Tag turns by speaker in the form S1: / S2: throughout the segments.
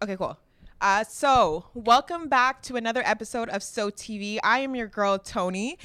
S1: Okay, cool. Uh, so, welcome back to another episode of So TV. I am your girl, Tony.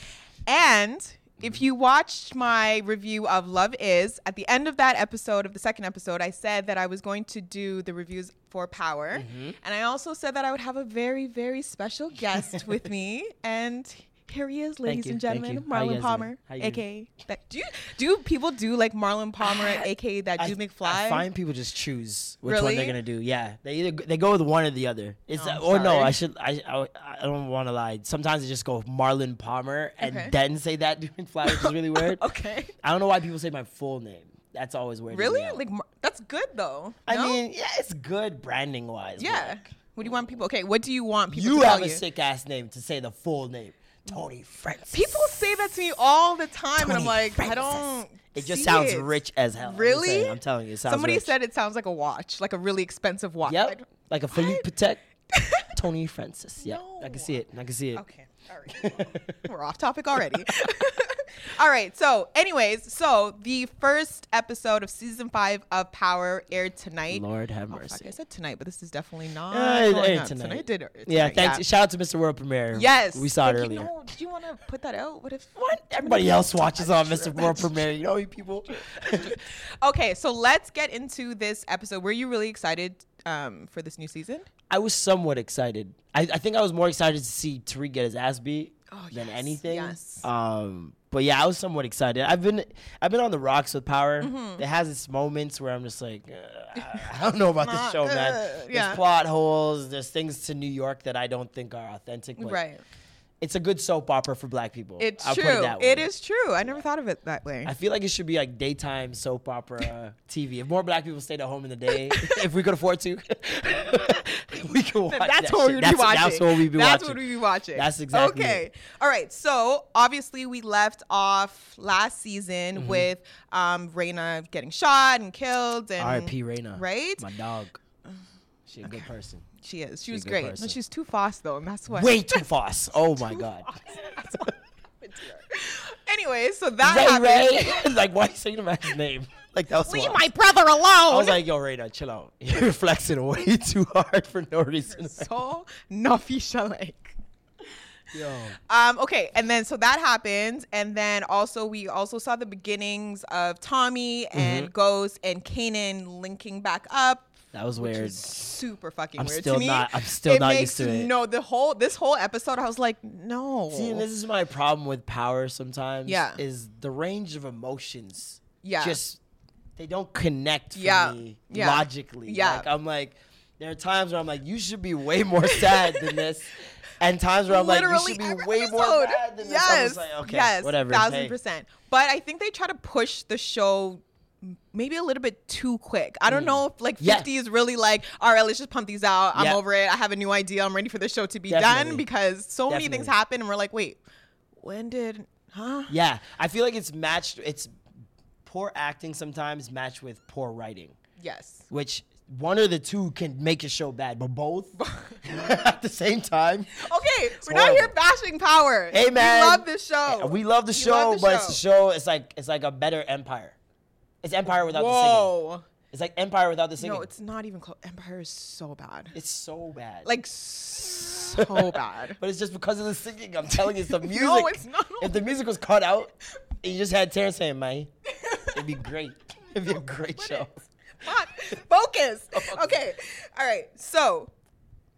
S1: And if you watched my review of Love Is, at the end of that episode, of the second episode, I said that I was going to do the reviews for Power.
S2: Mm-hmm.
S1: And I also said that I would have a very, very special guest with me. And here he is, ladies
S2: you,
S1: and
S2: thank
S1: gentlemen,
S2: you. How you guys
S1: Marlon
S2: doing?
S1: Palmer,
S2: How you doing?
S1: aka that. Do you, do people do like Marlon Palmer, aka that dude McFly?
S2: I find people just choose which one
S1: Really?
S2: they're gonna do. Yeah, they either they go with one or the other. It's
S1: Oh, I'm
S2: or no.
S1: sorry.
S2: I should. I I, I don't want to lie. Sometimes they just go Marlon Palmer and
S1: Okay.
S2: then say that dude McFly, which is really weird.
S1: Okay.
S2: I don't know why people say my full name. That's always weird. to me
S1: Really?
S2: out.
S1: Like Mar- that's good though.
S2: I
S1: no?
S2: mean, yeah, it's good branding wise.
S1: yeah. What do you want people? Okay, what do you want people
S2: you
S1: to tell
S2: have a
S1: you?
S2: sick ass name to say the full name, Tony Francis.
S1: people say that to me all the time, and I'm
S2: Tony
S1: like, I
S2: Francis.
S1: don't.
S2: It just
S1: see
S2: sounds
S1: it.
S2: rich as hell. I'm just
S1: Really?
S2: saying, I'm telling you, it sounds
S1: Somebody
S2: rich.
S1: said it sounds like a watch, like a really expensive watch. I
S2: Yep.
S1: don't-
S2: Like a Philippe Patek. Tony Francis. Yep. I can see it. I can see it.
S1: Okay. All right. We're off topic already. All right. So, anyways, so the first episode of season five of Power aired tonight.
S2: Lord have
S1: Oh, fuck,
S2: mercy.
S1: I said tonight, but this is definitely not.
S2: Uh, it-
S1: going
S2: it
S1: up.
S2: tonight.
S1: Tonight did. air
S2: yeah,
S1: tonight,
S2: thanks. Shout out to Mr. World Premiere.
S1: Yes.
S2: We saw it
S1: Like,
S2: earlier.
S1: You know, do you want to put that out? What if
S2: what? Everybody else watches on Mr. World Premiere. You know, you people.
S1: Okay, so let's get into this episode. Were you really excited um, for this new season?
S2: I was somewhat excited. I, I think I was more excited to see Tariq get his ass beat than
S1: Oh, yes,
S2: anything.
S1: yes.
S2: Um, but yeah, I was somewhat excited. I've been I've been on the rocks with Power.
S1: Mm-hmm.
S2: It has its moments where I'm just like, uh, I don't know about this show,
S1: uh,
S2: man. There's
S1: yeah.
S2: plot holes. There's things to New York that I don't think are authentic. But It's a good soap opera for Black people.
S1: It's
S2: I'll
S1: true.
S2: Put it, that way.
S1: it is true. I never thought of it that way.
S2: I feel like it should be like daytime soap opera TV. If more black people stayed at home in the day, if we could afford to, we could watch
S1: that's
S2: that
S1: what
S2: shit.
S1: we would be
S2: that's,
S1: watching.
S2: That's what we'd be
S1: That's
S2: watching.
S1: what we'd be watching.
S2: That's exactly
S1: Okay.
S2: it.
S1: All right. So obviously we left off last season
S2: Mm-hmm.
S1: with um, Raina getting shot and killed, and
S2: R.I.P. Raina.
S1: Right?
S2: My dog. She a good person.
S1: She is. She was
S2: good
S1: great. No,
S2: person.
S1: she's too fast though, and that's what.
S2: Way too fast. Oh my god.
S1: Anyway, so that
S2: Ray
S1: happened.
S2: Ray. like why are you saying the man's name? Like that was
S1: Leave
S2: wild.
S1: my brother alone.
S2: I was like, yo, Raina, chill out. You're flexing way too hard for no reason.
S1: so nafisha like.
S2: Yo.
S1: Um, okay, and then so that happened, and then also we also saw the beginnings of Tommy
S2: Mm-hmm.
S1: and Ghost and Kanan linking back up.
S2: That was
S1: which
S2: weird.
S1: is super fucking
S2: I'm
S1: weird to
S2: still
S1: me.
S2: not- I'm still
S1: it
S2: not
S1: makes,
S2: used to it.
S1: No, the whole this whole episode, I was like, no.
S2: See, and this is my problem with power sometimes.
S1: Yeah.
S2: Is the range of emotions.
S1: Yeah.
S2: Just they don't connect for
S1: Yeah.
S2: me
S1: Yeah.
S2: logically.
S1: Yeah.
S2: Like I'm like, there are times where I'm like, you should be way more sad than this. And times where I'm like, you
S1: Literally
S2: should be
S1: every
S2: way more
S1: episode.
S2: mad than this. I'm
S1: yes,
S2: just like, okay,
S1: yes,
S2: whatever.
S1: thousand
S2: hey.
S1: percent. But I think they try to push the show m- maybe a little bit too quick. I don't know if like
S2: Mm. Yeah.
S1: 50 is really like, all right, let's just pump these out. I'm
S2: Yeah.
S1: over it. I have a new idea. I'm ready for the show to be done
S2: Definitely.
S1: because so many things
S2: Definitely.
S1: happen and we're like, wait, when did, huh?
S2: Yeah. I feel like it's matched it's poor acting sometimes matched with poor writing.
S1: Yes.
S2: Which one or the two can make a show bad, but both at the same time.
S1: Oh, Okay, we're not here
S2: horrible.
S1: bashing power.
S2: Hey man,
S1: we love this show.
S2: Yeah, We love the show,
S1: love the
S2: but it's a show. It's like it's like a better Empire. It's Empire without the singing.
S1: Whoa.
S2: It's like Empire without the singing.
S1: No, it's not even close. Empire is so bad.
S2: it's so bad.
S1: Like so bad.
S2: but it's just because of the singing. I'm telling you, it's the music.
S1: it's not.
S2: If the music was cut out, and you just had Terrence saying, "Man, it'd be great. It'd be a great show."
S1: Fuck. Focus. Okay. All right. So,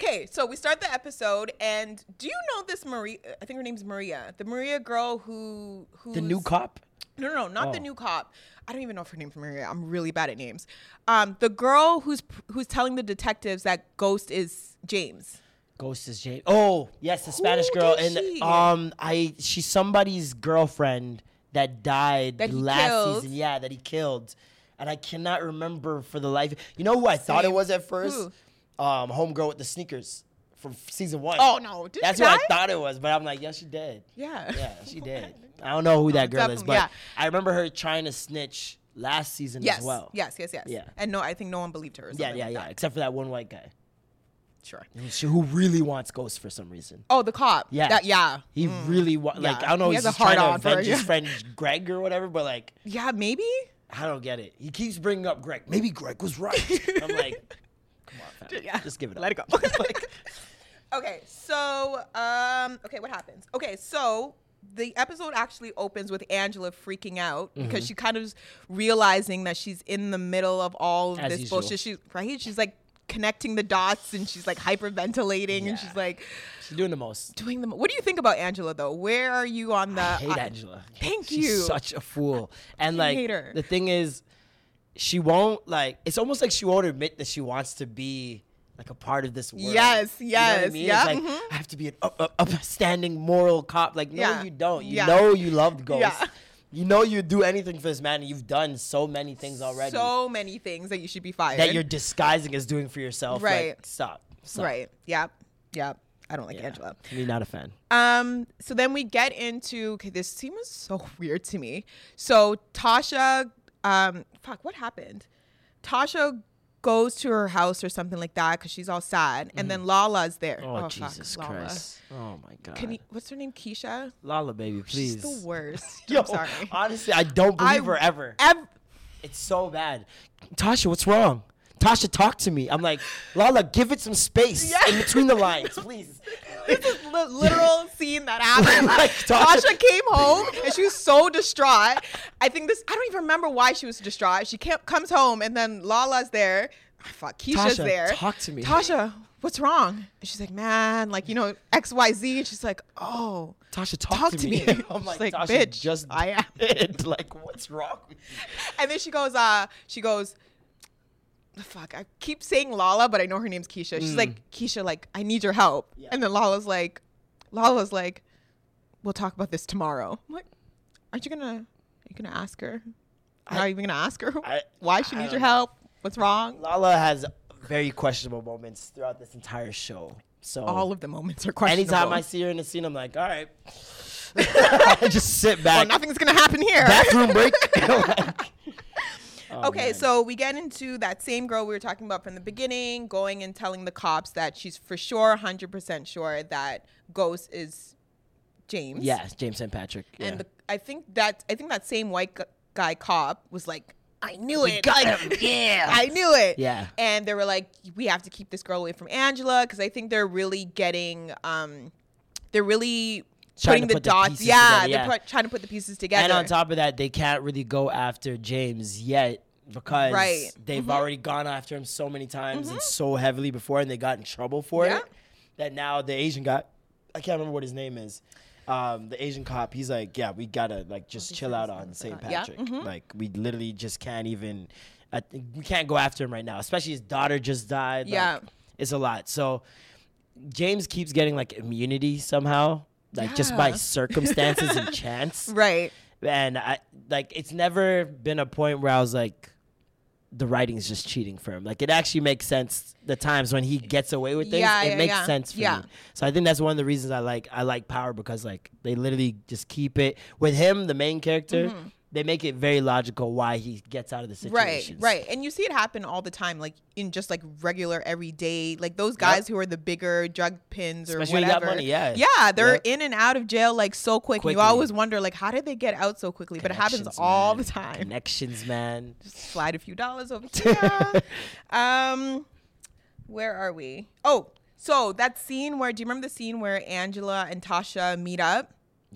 S1: okay. So we start the episode, and do you know this Maria? I think her name's Maria. The Maria girl who who
S2: The new cop.
S1: No, no, no, not the
S2: Oh.
S1: new cop. I don't even know if her name's Maria. I'm really bad at names. Um, the girl who's who's telling the detectives that Ghost is James.
S2: Ghost is Jane. Oh, yes, the Spanish girl,
S1: is
S2: and
S1: she?
S2: um, I she's somebody's girlfriend that died
S1: That he
S2: last
S1: killed.
S2: season. Yeah, that he killed. and I cannot remember for the life. You know who I thought it
S1: Same.
S2: was at first?
S1: Who?
S2: Um, homegirl with the sneakers from f- season one.
S1: Oh, no. Did
S2: that's
S1: she
S2: who I
S1: die?
S2: thought it was, but I'm like, yeah, she dead.
S1: Yeah. Oh,
S2: yeah, she did. I don't know who that girl is,
S1: definitely,
S2: but
S1: yeah.
S2: I remember her trying to snitch last season
S1: Yes.
S2: as well.
S1: Yes. Yes. Yes.
S2: Yeah.
S1: And no, I think no one believed her. Or
S2: yeah,
S1: something
S2: yeah,
S1: like
S2: yeah.
S1: that.
S2: Except for that one white guy
S1: Sure.
S2: She- who really wants ghosts for some reason.
S1: Oh, the cop.
S2: Yeah,
S1: That- yeah. Mm.
S2: He really wa- like I don't know.
S1: He
S2: he's
S1: has a
S2: just trying to
S1: hard-on for her,
S2: avenge his
S1: yeah.
S2: friend Greg or whatever, but like
S1: Yeah. Maybe.
S2: I don't get it. He keeps bringing up Greg. Maybe Greg was right. I'm like, come on, fam.
S1: Yeah.
S2: just give it up.
S1: Let it go.
S2: Like,
S1: Okay. So, um, okay, what happens? Okay, so the episode actually opens with Angela freaking out
S2: Mm-hmm.
S1: because she kind of is realizing that she's in the middle of all of
S2: As
S1: this
S2: usual.
S1: bullshit. She's right. She's like connecting the dots and she's like hyperventilating and she's like
S2: she's doing the most.
S1: doing them. What do you think about Angela though? Where are you on the?
S2: I hate Angela.
S1: Thank
S2: She's
S1: you.
S2: Such a fool. And like
S1: hate her.
S2: the thing is, she won't like. It's almost like she won't admit that she wants to be. Like a part of this world.
S1: Yes,
S2: You know what I
S1: yes,
S2: mean?
S1: yeah, mm-hmm.
S2: It's like, I have to be an up, up, upstanding moral cop. Like, no,
S1: Yeah,
S2: you don't. You
S1: yeah.
S2: know you loved ghosts.
S1: Yeah.
S2: You know you'd do anything for this man. and You've done so many things already.
S1: So many things that you should be fired.
S2: that you're disguising as doing for yourself. Right.
S1: Right.
S2: stop. Stop.
S1: right. Yep. Yep. I don't like Angela.
S2: Me not a fan.
S1: Um, so then we get into okay, this seems so weird to me. So Tasha, um, fuck, what happened? Tasha goes to her house or something like that because she's all sad, and then Lala's there.
S2: Mm. Oh,
S1: fuck,
S2: Jesus
S1: Lala.
S2: Christ. Oh my God.
S1: Can you, what's her name? Keisha.
S2: Lala baby, please.
S1: She's the worst.
S2: Yo,
S1: I'm sorry.
S2: honestly, I don't believe her ever.
S1: Ev-
S2: It's so bad. Tasha, what's wrong? Tasha, talk to me. I'm like, Lala, give it some space in between the lines, please.
S1: this is li- literal scene that happened.
S2: Like,
S1: Tasha,
S2: Tasha-
S1: came home and she was so distraught. I think this. I don't even remember why she was distraught. She came, comes home and then Lala's there. Ah, Fuck, Keisha's
S2: Tasha,
S1: there.
S2: talk to me.
S1: Tasha. What's wrong? And she's like, man, like you know, X, Y, Z. And she's like, oh,
S2: Tasha, talk,
S1: Talk to me.
S2: I'm like,
S1: She's like,
S2: Tasha,
S1: bitch,
S2: just
S1: I am."
S2: did. Like, what's wrong with you?
S1: and then she goes, uh, she goes. Fuck, I keep saying Lala, but I know her name's Keisha. She's
S2: Hmm.
S1: like, Keisha, like, I need your help. And then Lala's like, Lala's like, we'll talk about this tomorrow. I'm like, aren't you gonna, are you gonna ask her? Are you even gonna ask her
S2: I-
S1: why she
S2: I
S1: needs your
S2: don't know. Oh.
S1: help? What's wrong?
S2: Lala has very questionable moments throughout this entire show. So
S1: All of the moments are questionable.
S2: Anytime I see her in a scene, I'm like, all right. I just sit
S1: well,
S2: back.
S1: nothing's gonna happen here.
S2: Bathroom break. Like, Oh,
S1: okay, so we get into that same girl we were talking about from the beginning, going and telling the cops that she's for sure, hundred percent sure that Ghost is James.
S2: yeah, James St. Patrick. Yeah.
S1: and the, I think that I think that same white gu- guy cop was like, "I knew it, Like,
S2: yeah.
S1: I knew it."
S2: Yeah.
S1: and they were like, "We have to keep this girl away from Angela because I think they're really getting, um, they're really
S2: Trying
S1: putting
S2: to
S1: the
S2: put the
S1: dots,
S2: pieces
S1: yeah,
S2: together,
S1: they're
S2: yeah.
S1: put, trying to put the pieces together."
S2: and on top of that, they can't really go after James yet because
S1: Right. Mm-hmm.
S2: they've already gone after him so many times and so heavily before, and they got in trouble for
S1: Yeah.
S2: it. That now the Asian guy, I can't remember what his name is. Um, the Asian cop, he's like, yeah, we gotta like just chill out on St.
S1: Yeah, Mm-hmm.
S2: Patrick. Like we literally just can't even. I think we can't go after him right now, especially his daughter just died. like,
S1: Yeah.
S2: it's a lot. So James keeps getting like immunity somehow, like just by
S1: Yeah.
S2: circumstances and chance.
S1: right?
S2: And I like it's never been a point where I was like the writing's just cheating for him. Like it actually makes sense the times when he gets away with things,
S1: Yeah,
S2: it
S1: yeah,
S2: makes
S1: yeah.
S2: sense for
S1: Yeah.
S2: me. So I think that's one of the reasons I like I like power because like they literally just keep it with him, the main character, they make it very logical why he gets out of the
S1: Mm-hmm. Right,
S2: situation.
S1: right, and you see it happen all the time, like in just like regular everyday, like those guys who are the bigger drug pins or
S2: Especially when you got
S1: whatever.
S2: money, yeah.
S1: yeah, they're
S2: Yep.
S1: in and out of jail like so quick. You
S2: Quickly.
S1: always wonder, like, how did they get out so quickly? But it happens
S2: Connections,
S1: all
S2: man.
S1: the time.
S2: Connections, man.
S1: slide a few dollars over here. um, where are we? Oh, so that scene where do you remember the scene where Angela and Tasha meet up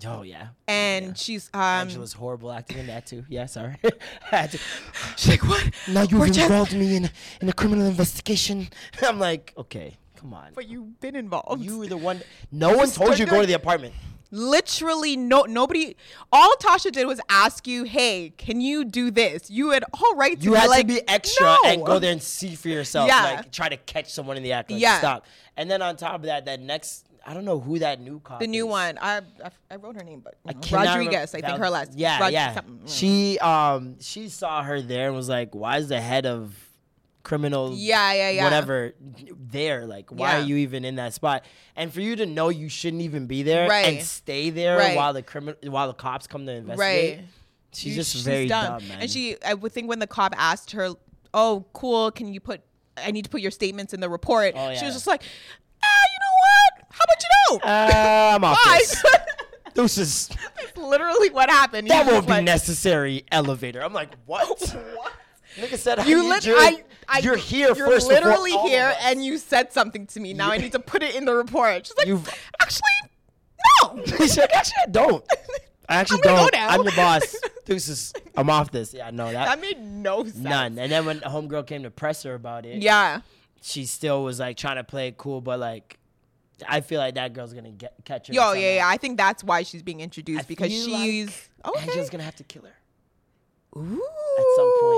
S2: Oh yeah.
S1: and she's um
S2: Angela's horrible acting in that too. Yeah, sorry. I had to-
S1: she's like what?
S2: now
S1: We're
S2: you've
S1: just-
S2: involved me in in a criminal investigation. I'm like, okay, come on.
S1: but you've been involved.
S2: You were the one. No one told you to go to the apartment.
S1: Literally, no nobody. All Tasha did was ask you, "Hey, can you do this?" You had all right to
S2: You
S1: be
S2: had
S1: like,
S2: to be extra
S1: no.
S2: and go there and see for yourself.
S1: Yeah.
S2: Like try to catch someone in the act. Like,
S1: Yeah.
S2: Stop. And then on top of that, that next I don't know who that new cop.
S1: The new
S2: is.
S1: one. I, I I wrote her name, but you know,
S2: cannot remember-
S1: Rodriguez. I think her
S2: Val-
S1: last.
S2: Yeah,
S1: Rod-
S2: yeah.
S1: something. Mm.
S2: She um she saw her there and was like, "Why is the head of criminal?
S1: Yeah, yeah, yeah.
S2: Whatever, there. Like, why
S1: Yeah.
S2: are you even in that spot? And for you to know you shouldn't even be there
S1: Right.
S2: and stay there
S1: Right.
S2: while the criminal while the cops come to investigate.
S1: Right.
S2: She's
S1: You-
S2: just very dumb, man.
S1: And she, I would think when the cop asked her, "Oh, cool, can you put? I need to put your statements in the report."
S2: Oh,
S1: She
S2: yeah.
S1: was just like, ah, "You know what? How about you don't?"
S2: Uh, I'm off
S1: Bye.
S2: this. This is
S1: Literally, what happened?
S2: that
S1: He was
S2: won't be
S1: like-
S2: necessary. Elevator. I'm like, what?
S1: What?
S2: Nigga said, how
S1: You
S2: you
S1: lit-
S2: doing?
S1: I, I,
S2: you're here
S1: You're
S2: first before
S1: literally
S2: all of
S1: here,
S2: us.
S1: and you said something to me. Now I need to put it in the report. She's like,
S2: You've-
S1: "Actually, no."
S2: He's like, actually, I don't. I actually
S1: I'm gonna go
S2: don't.
S1: now.
S2: I'm your boss. Deuces. I'm off this. Yeah, no, that,
S1: That made no sense.
S2: none. And then when the homegirl came to press her about it,
S1: Yeah.
S2: she still was like trying to play it cool, but like, I feel like that girl's gonna get catch her.
S1: Yo,
S2: somehow.
S1: yeah, yeah. I think that's why she's being introduced
S2: I
S1: because
S2: feel
S1: she's
S2: like
S1: okay.
S2: Angela's gonna have to kill her.
S1: Ooh.
S2: some point.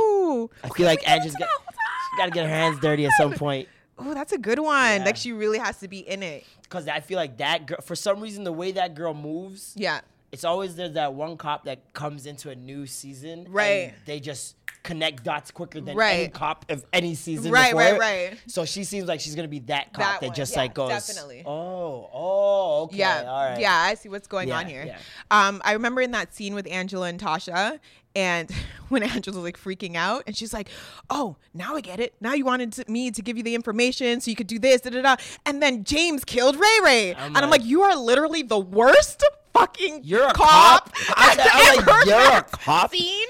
S2: I
S1: Okay,
S2: feel
S1: we
S2: like
S1: did it
S2: Angela's
S1: now.
S2: got, she gotta get her hands dirty at some point.
S1: Oh, that's a good one. Like she really has to be in it.
S2: Cause I feel like that girl, for some reason, the way that girl moves,
S1: Yeah.
S2: it's always there's that one cop that comes into a new season. and
S1: Right.
S2: they just connect dots quicker than any
S1: Right.
S2: cop of any season.
S1: Right,
S2: before
S1: right,
S2: it.
S1: right.
S2: So she seems like she's gonna be that cop
S1: That
S2: that,
S1: one,
S2: just
S1: yeah,
S2: like goes.
S1: definitely.
S2: Oh, oh, okay,
S1: Yeah.
S2: all right.
S1: Yeah, I see what's going
S2: Yeah,
S1: on here.
S2: yeah.
S1: Um, I remember in that scene with Angela and Tasha, and when Angela's like freaking out, and she's like, "Oh, now I get it. Now you wanted to, me to give you the information so you could do this, da da da." And then James killed Ray Ray, and I'm
S2: like-
S1: like, "You are literally the worst fucking
S2: You're a
S1: cop."
S2: cop? I said- I was
S1: ever
S2: like, "You're a
S1: been
S2: cop?"
S1: Seen.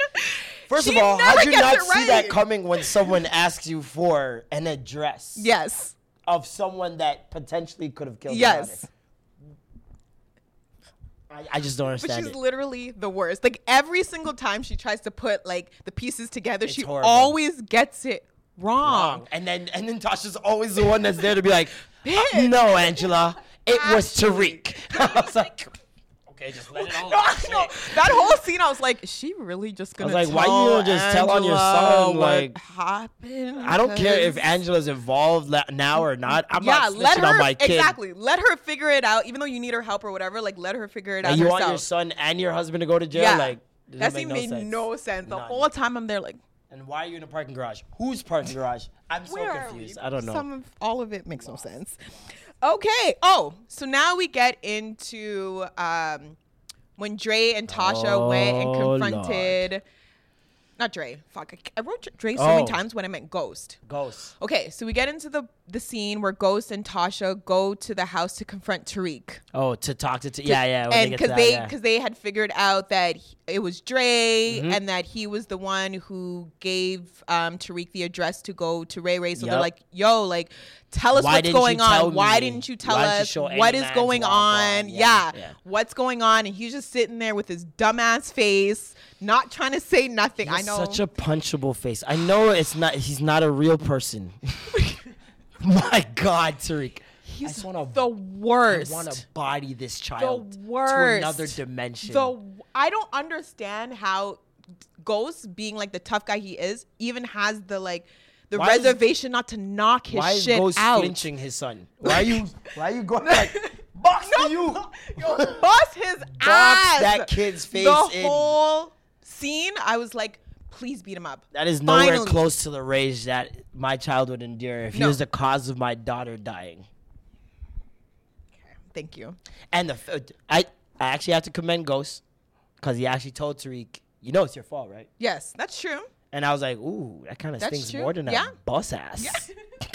S2: First
S1: She
S2: of all,
S1: never
S2: how'd you
S1: gets
S2: not
S1: it
S2: see that
S1: right.
S2: coming when someone asks you for an address
S1: Yes.
S2: of someone that potentially could have killed? your
S1: Yes.
S2: daughter? I, I just don't
S1: But
S2: understand
S1: she's
S2: it.
S1: literally the worst. Like every single time she tries to put like the pieces together, she
S2: horrible.
S1: always gets it wrong.
S2: wrong. And then and then Tasha's always the one that's there to be like, "Uh,
S1: Bitch.
S2: no, Angela, it was Tariq. I was like, okay, just let it all.
S1: No, I know. That whole scene, I was like, is she really just gonna?
S2: was like,
S1: tell
S2: why you don't just tell on your
S1: Angela what
S2: son, like-
S1: happened?
S2: I don't care if
S1: 'Cause-
S2: Angela's involved la- now or not. I'm
S1: Yeah,
S2: not
S1: let
S2: snitching
S1: her
S2: on my kid.
S1: exactly. Let her figure it out, even though you need her help or whatever. Like, let her figure it out
S2: And you
S1: herself.
S2: want your son and your husband to go to jail?
S1: yeah,
S2: Like, doesn't
S1: that
S2: make
S1: scene
S2: no
S1: made
S2: sense.
S1: no sense. The
S2: None.
S1: whole time I'm there, like,
S2: And why are you in a parking garage? Whose parking garage? I'm so
S1: Where are
S2: confused.
S1: we?
S2: I don't know.
S1: Some of all of it makes no sense. Okay. Oh, so now we get into um, when Dre and Tasha went and
S2: Oh,
S1: confronted. Not Dre. Fuck. I, I wrote Dre so
S2: Oh.
S1: many times when I meant Ghost.
S2: Ghosts.
S1: Okay, so we get into the the scene where Ghost and Tasha go to the house to confront Tariq
S2: Oh, to talk to, t- yeah, yeah. When
S1: and
S2: they get to
S1: because
S2: that,
S1: they
S2: yeah.
S1: because they had figured out that he- it was Dre
S2: Mm-hmm.
S1: and that he was the one who gave um, Tariq the address to go to Ray Ray. So they're
S2: Yep.
S1: like, "Yo, like, tell us
S2: Why
S1: what's
S2: didn't you
S1: going
S2: tell
S1: on. Why
S2: me?
S1: didn't you tell
S2: Why didn't you
S1: us
S2: show any
S1: what is
S2: man's
S1: going
S2: walk
S1: on?
S2: on?
S1: Yeah,
S2: Yeah, yeah.
S1: what's going on?" And he's just sitting there with his dumbass face, not trying to say nothing. I
S2: He's
S1: know.
S2: Such a punchable face. I know it's not. He's not a real person. My God, Tariq. I
S1: he's
S2: just wanna-
S1: the
S2: I
S1: worst.
S2: want to body this
S1: the
S2: child
S1: worst.
S2: to another dimension.
S1: The w- I don't understand how Ghost, being like the tough guy he is, even has the like the
S2: Why is-
S1: reservation not to knock his
S2: why is
S1: shit
S2: Ghost
S1: out.
S2: flinching his son? Why are you? Why are you going like box to you?
S1: Yo, bust his ass.
S2: that kid's face
S1: The
S2: in.
S1: whole scene, I was like, please beat him up.
S2: That is nowhere
S1: Finally.
S2: close to the rage that my child would endure if he
S1: No.
S2: was the cause of my daughter dying.
S1: Thank you.
S2: And the f- I, I actually have to commend Ghost because he actually told Tariq, you know, it's your fault, right?
S1: Yes, that's true.
S2: And I was like, ooh, that kind of
S1: That's
S2: stings
S1: true.
S2: more than
S1: Yeah.
S2: a bus ass.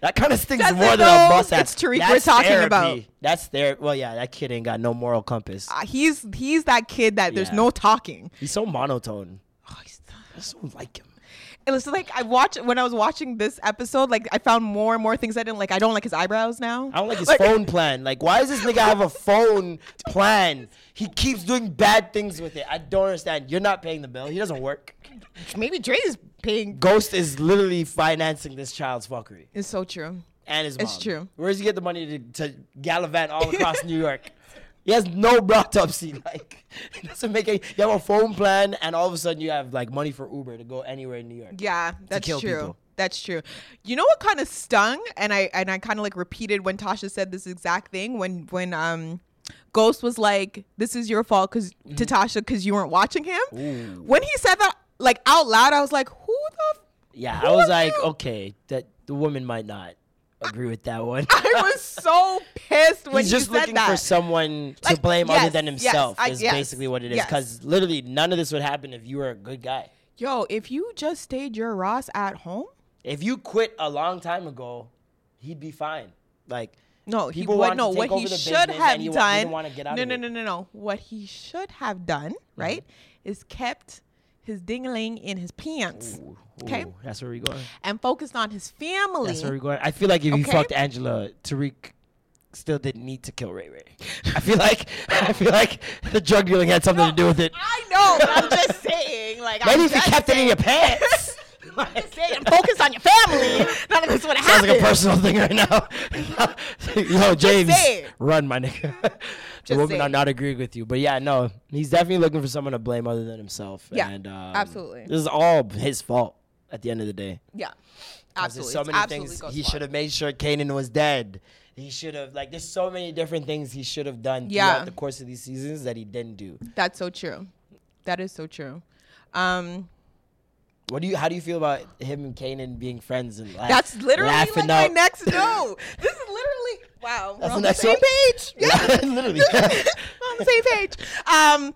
S2: that kind of stings
S1: That's
S2: more
S1: it,
S2: than a
S1: though.
S2: bus ass.
S1: It's Tariq we're talking about.
S2: That's therapy. Well, yeah, that kid ain't got no moral compass.
S1: Uh, he's he's that kid that there's
S2: Yeah.
S1: no talking.
S2: He's so monotone.
S1: Oh, he's
S2: I just don't like him.
S1: it was like I watch when I was watching this episode, like I found more and more things I didn't like. I don't like his eyebrows now.
S2: I don't like his phone plan. Like, why does this nigga have a phone plan? He keeps doing bad things with it. I don't understand. You're not paying the bill. He doesn't work.
S1: Maybe Dre is paying.
S2: Ghost is literally financing this child's fuckery
S1: It's so true.
S2: and his mom.
S1: It's true.
S2: Where does he get the money to, to gallivant all across New York? He has no autopsy. Like, it doesn't make any. You have a phone plan, and all of a sudden you have like money for Uber to go anywhere in New York.
S1: Yeah, that's
S2: kill
S1: true.
S2: people.
S1: That's true. You know what kind of stung, and I and I kind of like repeated when Tasha said this exact thing when when um. Ghost was like, "This is your fault," because
S2: Mm-hmm.
S1: to Tasha, because you weren't watching him. When he said that, like out loud, I was like, "Who the f-
S2: Yeah,
S1: Who
S2: I was
S1: was
S2: like,
S1: you?
S2: okay, that the woman might not agree with that one.
S1: I was so pissed when
S2: He's
S1: you
S2: just
S1: said
S2: looking
S1: that.
S2: for someone to
S1: Like,
S2: blame other
S1: yes,
S2: than
S1: yes,
S2: himself.
S1: I-
S2: is
S1: yes,
S2: basically what it is.
S1: yes.
S2: Because literally, none of this would happen if you were a good guy.
S1: Yo, if you just stayed your Ross at home,
S2: If you quit a long time ago, he'd be fine. Like
S1: no, he
S2: people
S1: would
S2: wanted to
S1: no.
S2: take
S1: What
S2: over
S1: he
S2: the
S1: should
S2: business
S1: have
S2: and he wa- he
S1: done.
S2: didn't wanna get out
S1: no,
S2: of
S1: no,
S2: it. Mm-hmm.
S1: no, no, no. What he should have done, right, is kept his dingling in his pants, okay,
S2: ooh, that's where we going.
S1: and focused on his family.
S2: That's where we going. I feel like if you
S1: Okay.
S2: fucked Angela, Tariq still didn't need to kill Ray Ray. I feel like I feel like the drug dealing had something to do with it.
S1: I know. but I'm just saying, like,
S2: Maybe
S1: I'm
S2: if you
S1: just
S2: kept it in your pants.
S1: saying, focus on your family. None of this would
S2: Sounds
S1: happen.
S2: like a personal thing right now. Yo, James,
S1: saying.
S2: run, my nigga. the
S1: Just
S2: women are
S1: saying.
S2: not agreeing with you, but yeah, no, he's definitely looking for someone to blame other than himself.
S1: Yeah,
S2: and, um,
S1: absolutely.
S2: This is all his fault at the end of the day.
S1: Yeah,
S2: 'Cause
S1: absolutely.
S2: There's so
S1: It's
S2: many
S1: absolutely
S2: things
S1: Ghost's
S2: he
S1: fault.
S2: should have made sure Kanan was dead. He should have like there's so many different things he should have done
S1: Yeah.
S2: throughout the course of these seasons that he didn't do.
S1: That's so true. That is so true. Um,
S2: What do you? How do you feel about him and Kanan being friends and laugh,
S1: that's literally like
S2: laughing
S1: my
S2: out-
S1: next no. This is literally wow.
S2: That's
S1: we're on the
S2: the next
S1: same
S2: one?
S1: page. Yeah,
S2: literally.
S1: we're on the same page. Um,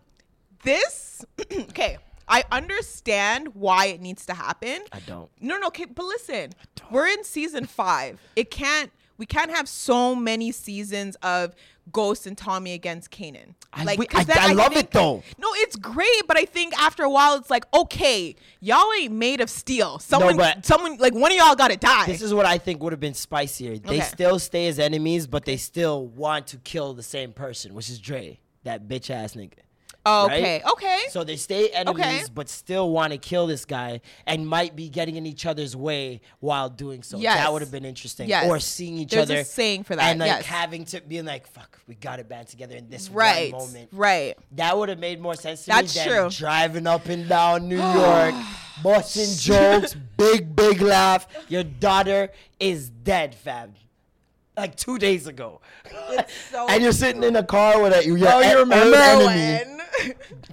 S1: this okay. I understand why it needs to happen.
S2: I don't.
S1: No, no, okay, but listen, we're in season five. It can't. We can't have so many seasons of Ghost and Tommy against Kanan.
S2: I wi-
S1: 'cause
S2: I-
S1: then
S2: I love it,
S1: think-
S2: though.
S1: No, it's great, but I think after a while, it's like, okay, y'all ain't made of steel. Someone,
S2: but-
S1: someone, like one of y'all got to die.
S2: This is what I think would have been spicier. They
S1: Okay.
S2: still stay as enemies, but they still want to kill the same person, which is Dre, that bitch ass nigga.
S1: okay,
S2: right?
S1: okay.
S2: So they stay enemies, but still want to kill this guy and might be getting in each other's way while doing so.
S1: Yes.
S2: That would have been interesting.
S1: Yes.
S2: Or seeing each
S1: There's a
S2: other.
S1: saying for that,
S2: And like
S1: yes.
S2: having to being like, fuck, we got it band together in this
S1: right,
S2: one moment.
S1: right.
S2: That would have made more sense to
S1: That's
S2: me than
S1: true.
S2: driving up and down New York, busting jokes, big, big laugh. Your daughter is dead, fam. Like two days ago.
S1: so
S2: and you're sitting in a car with a, your e- old enemy
S1: when?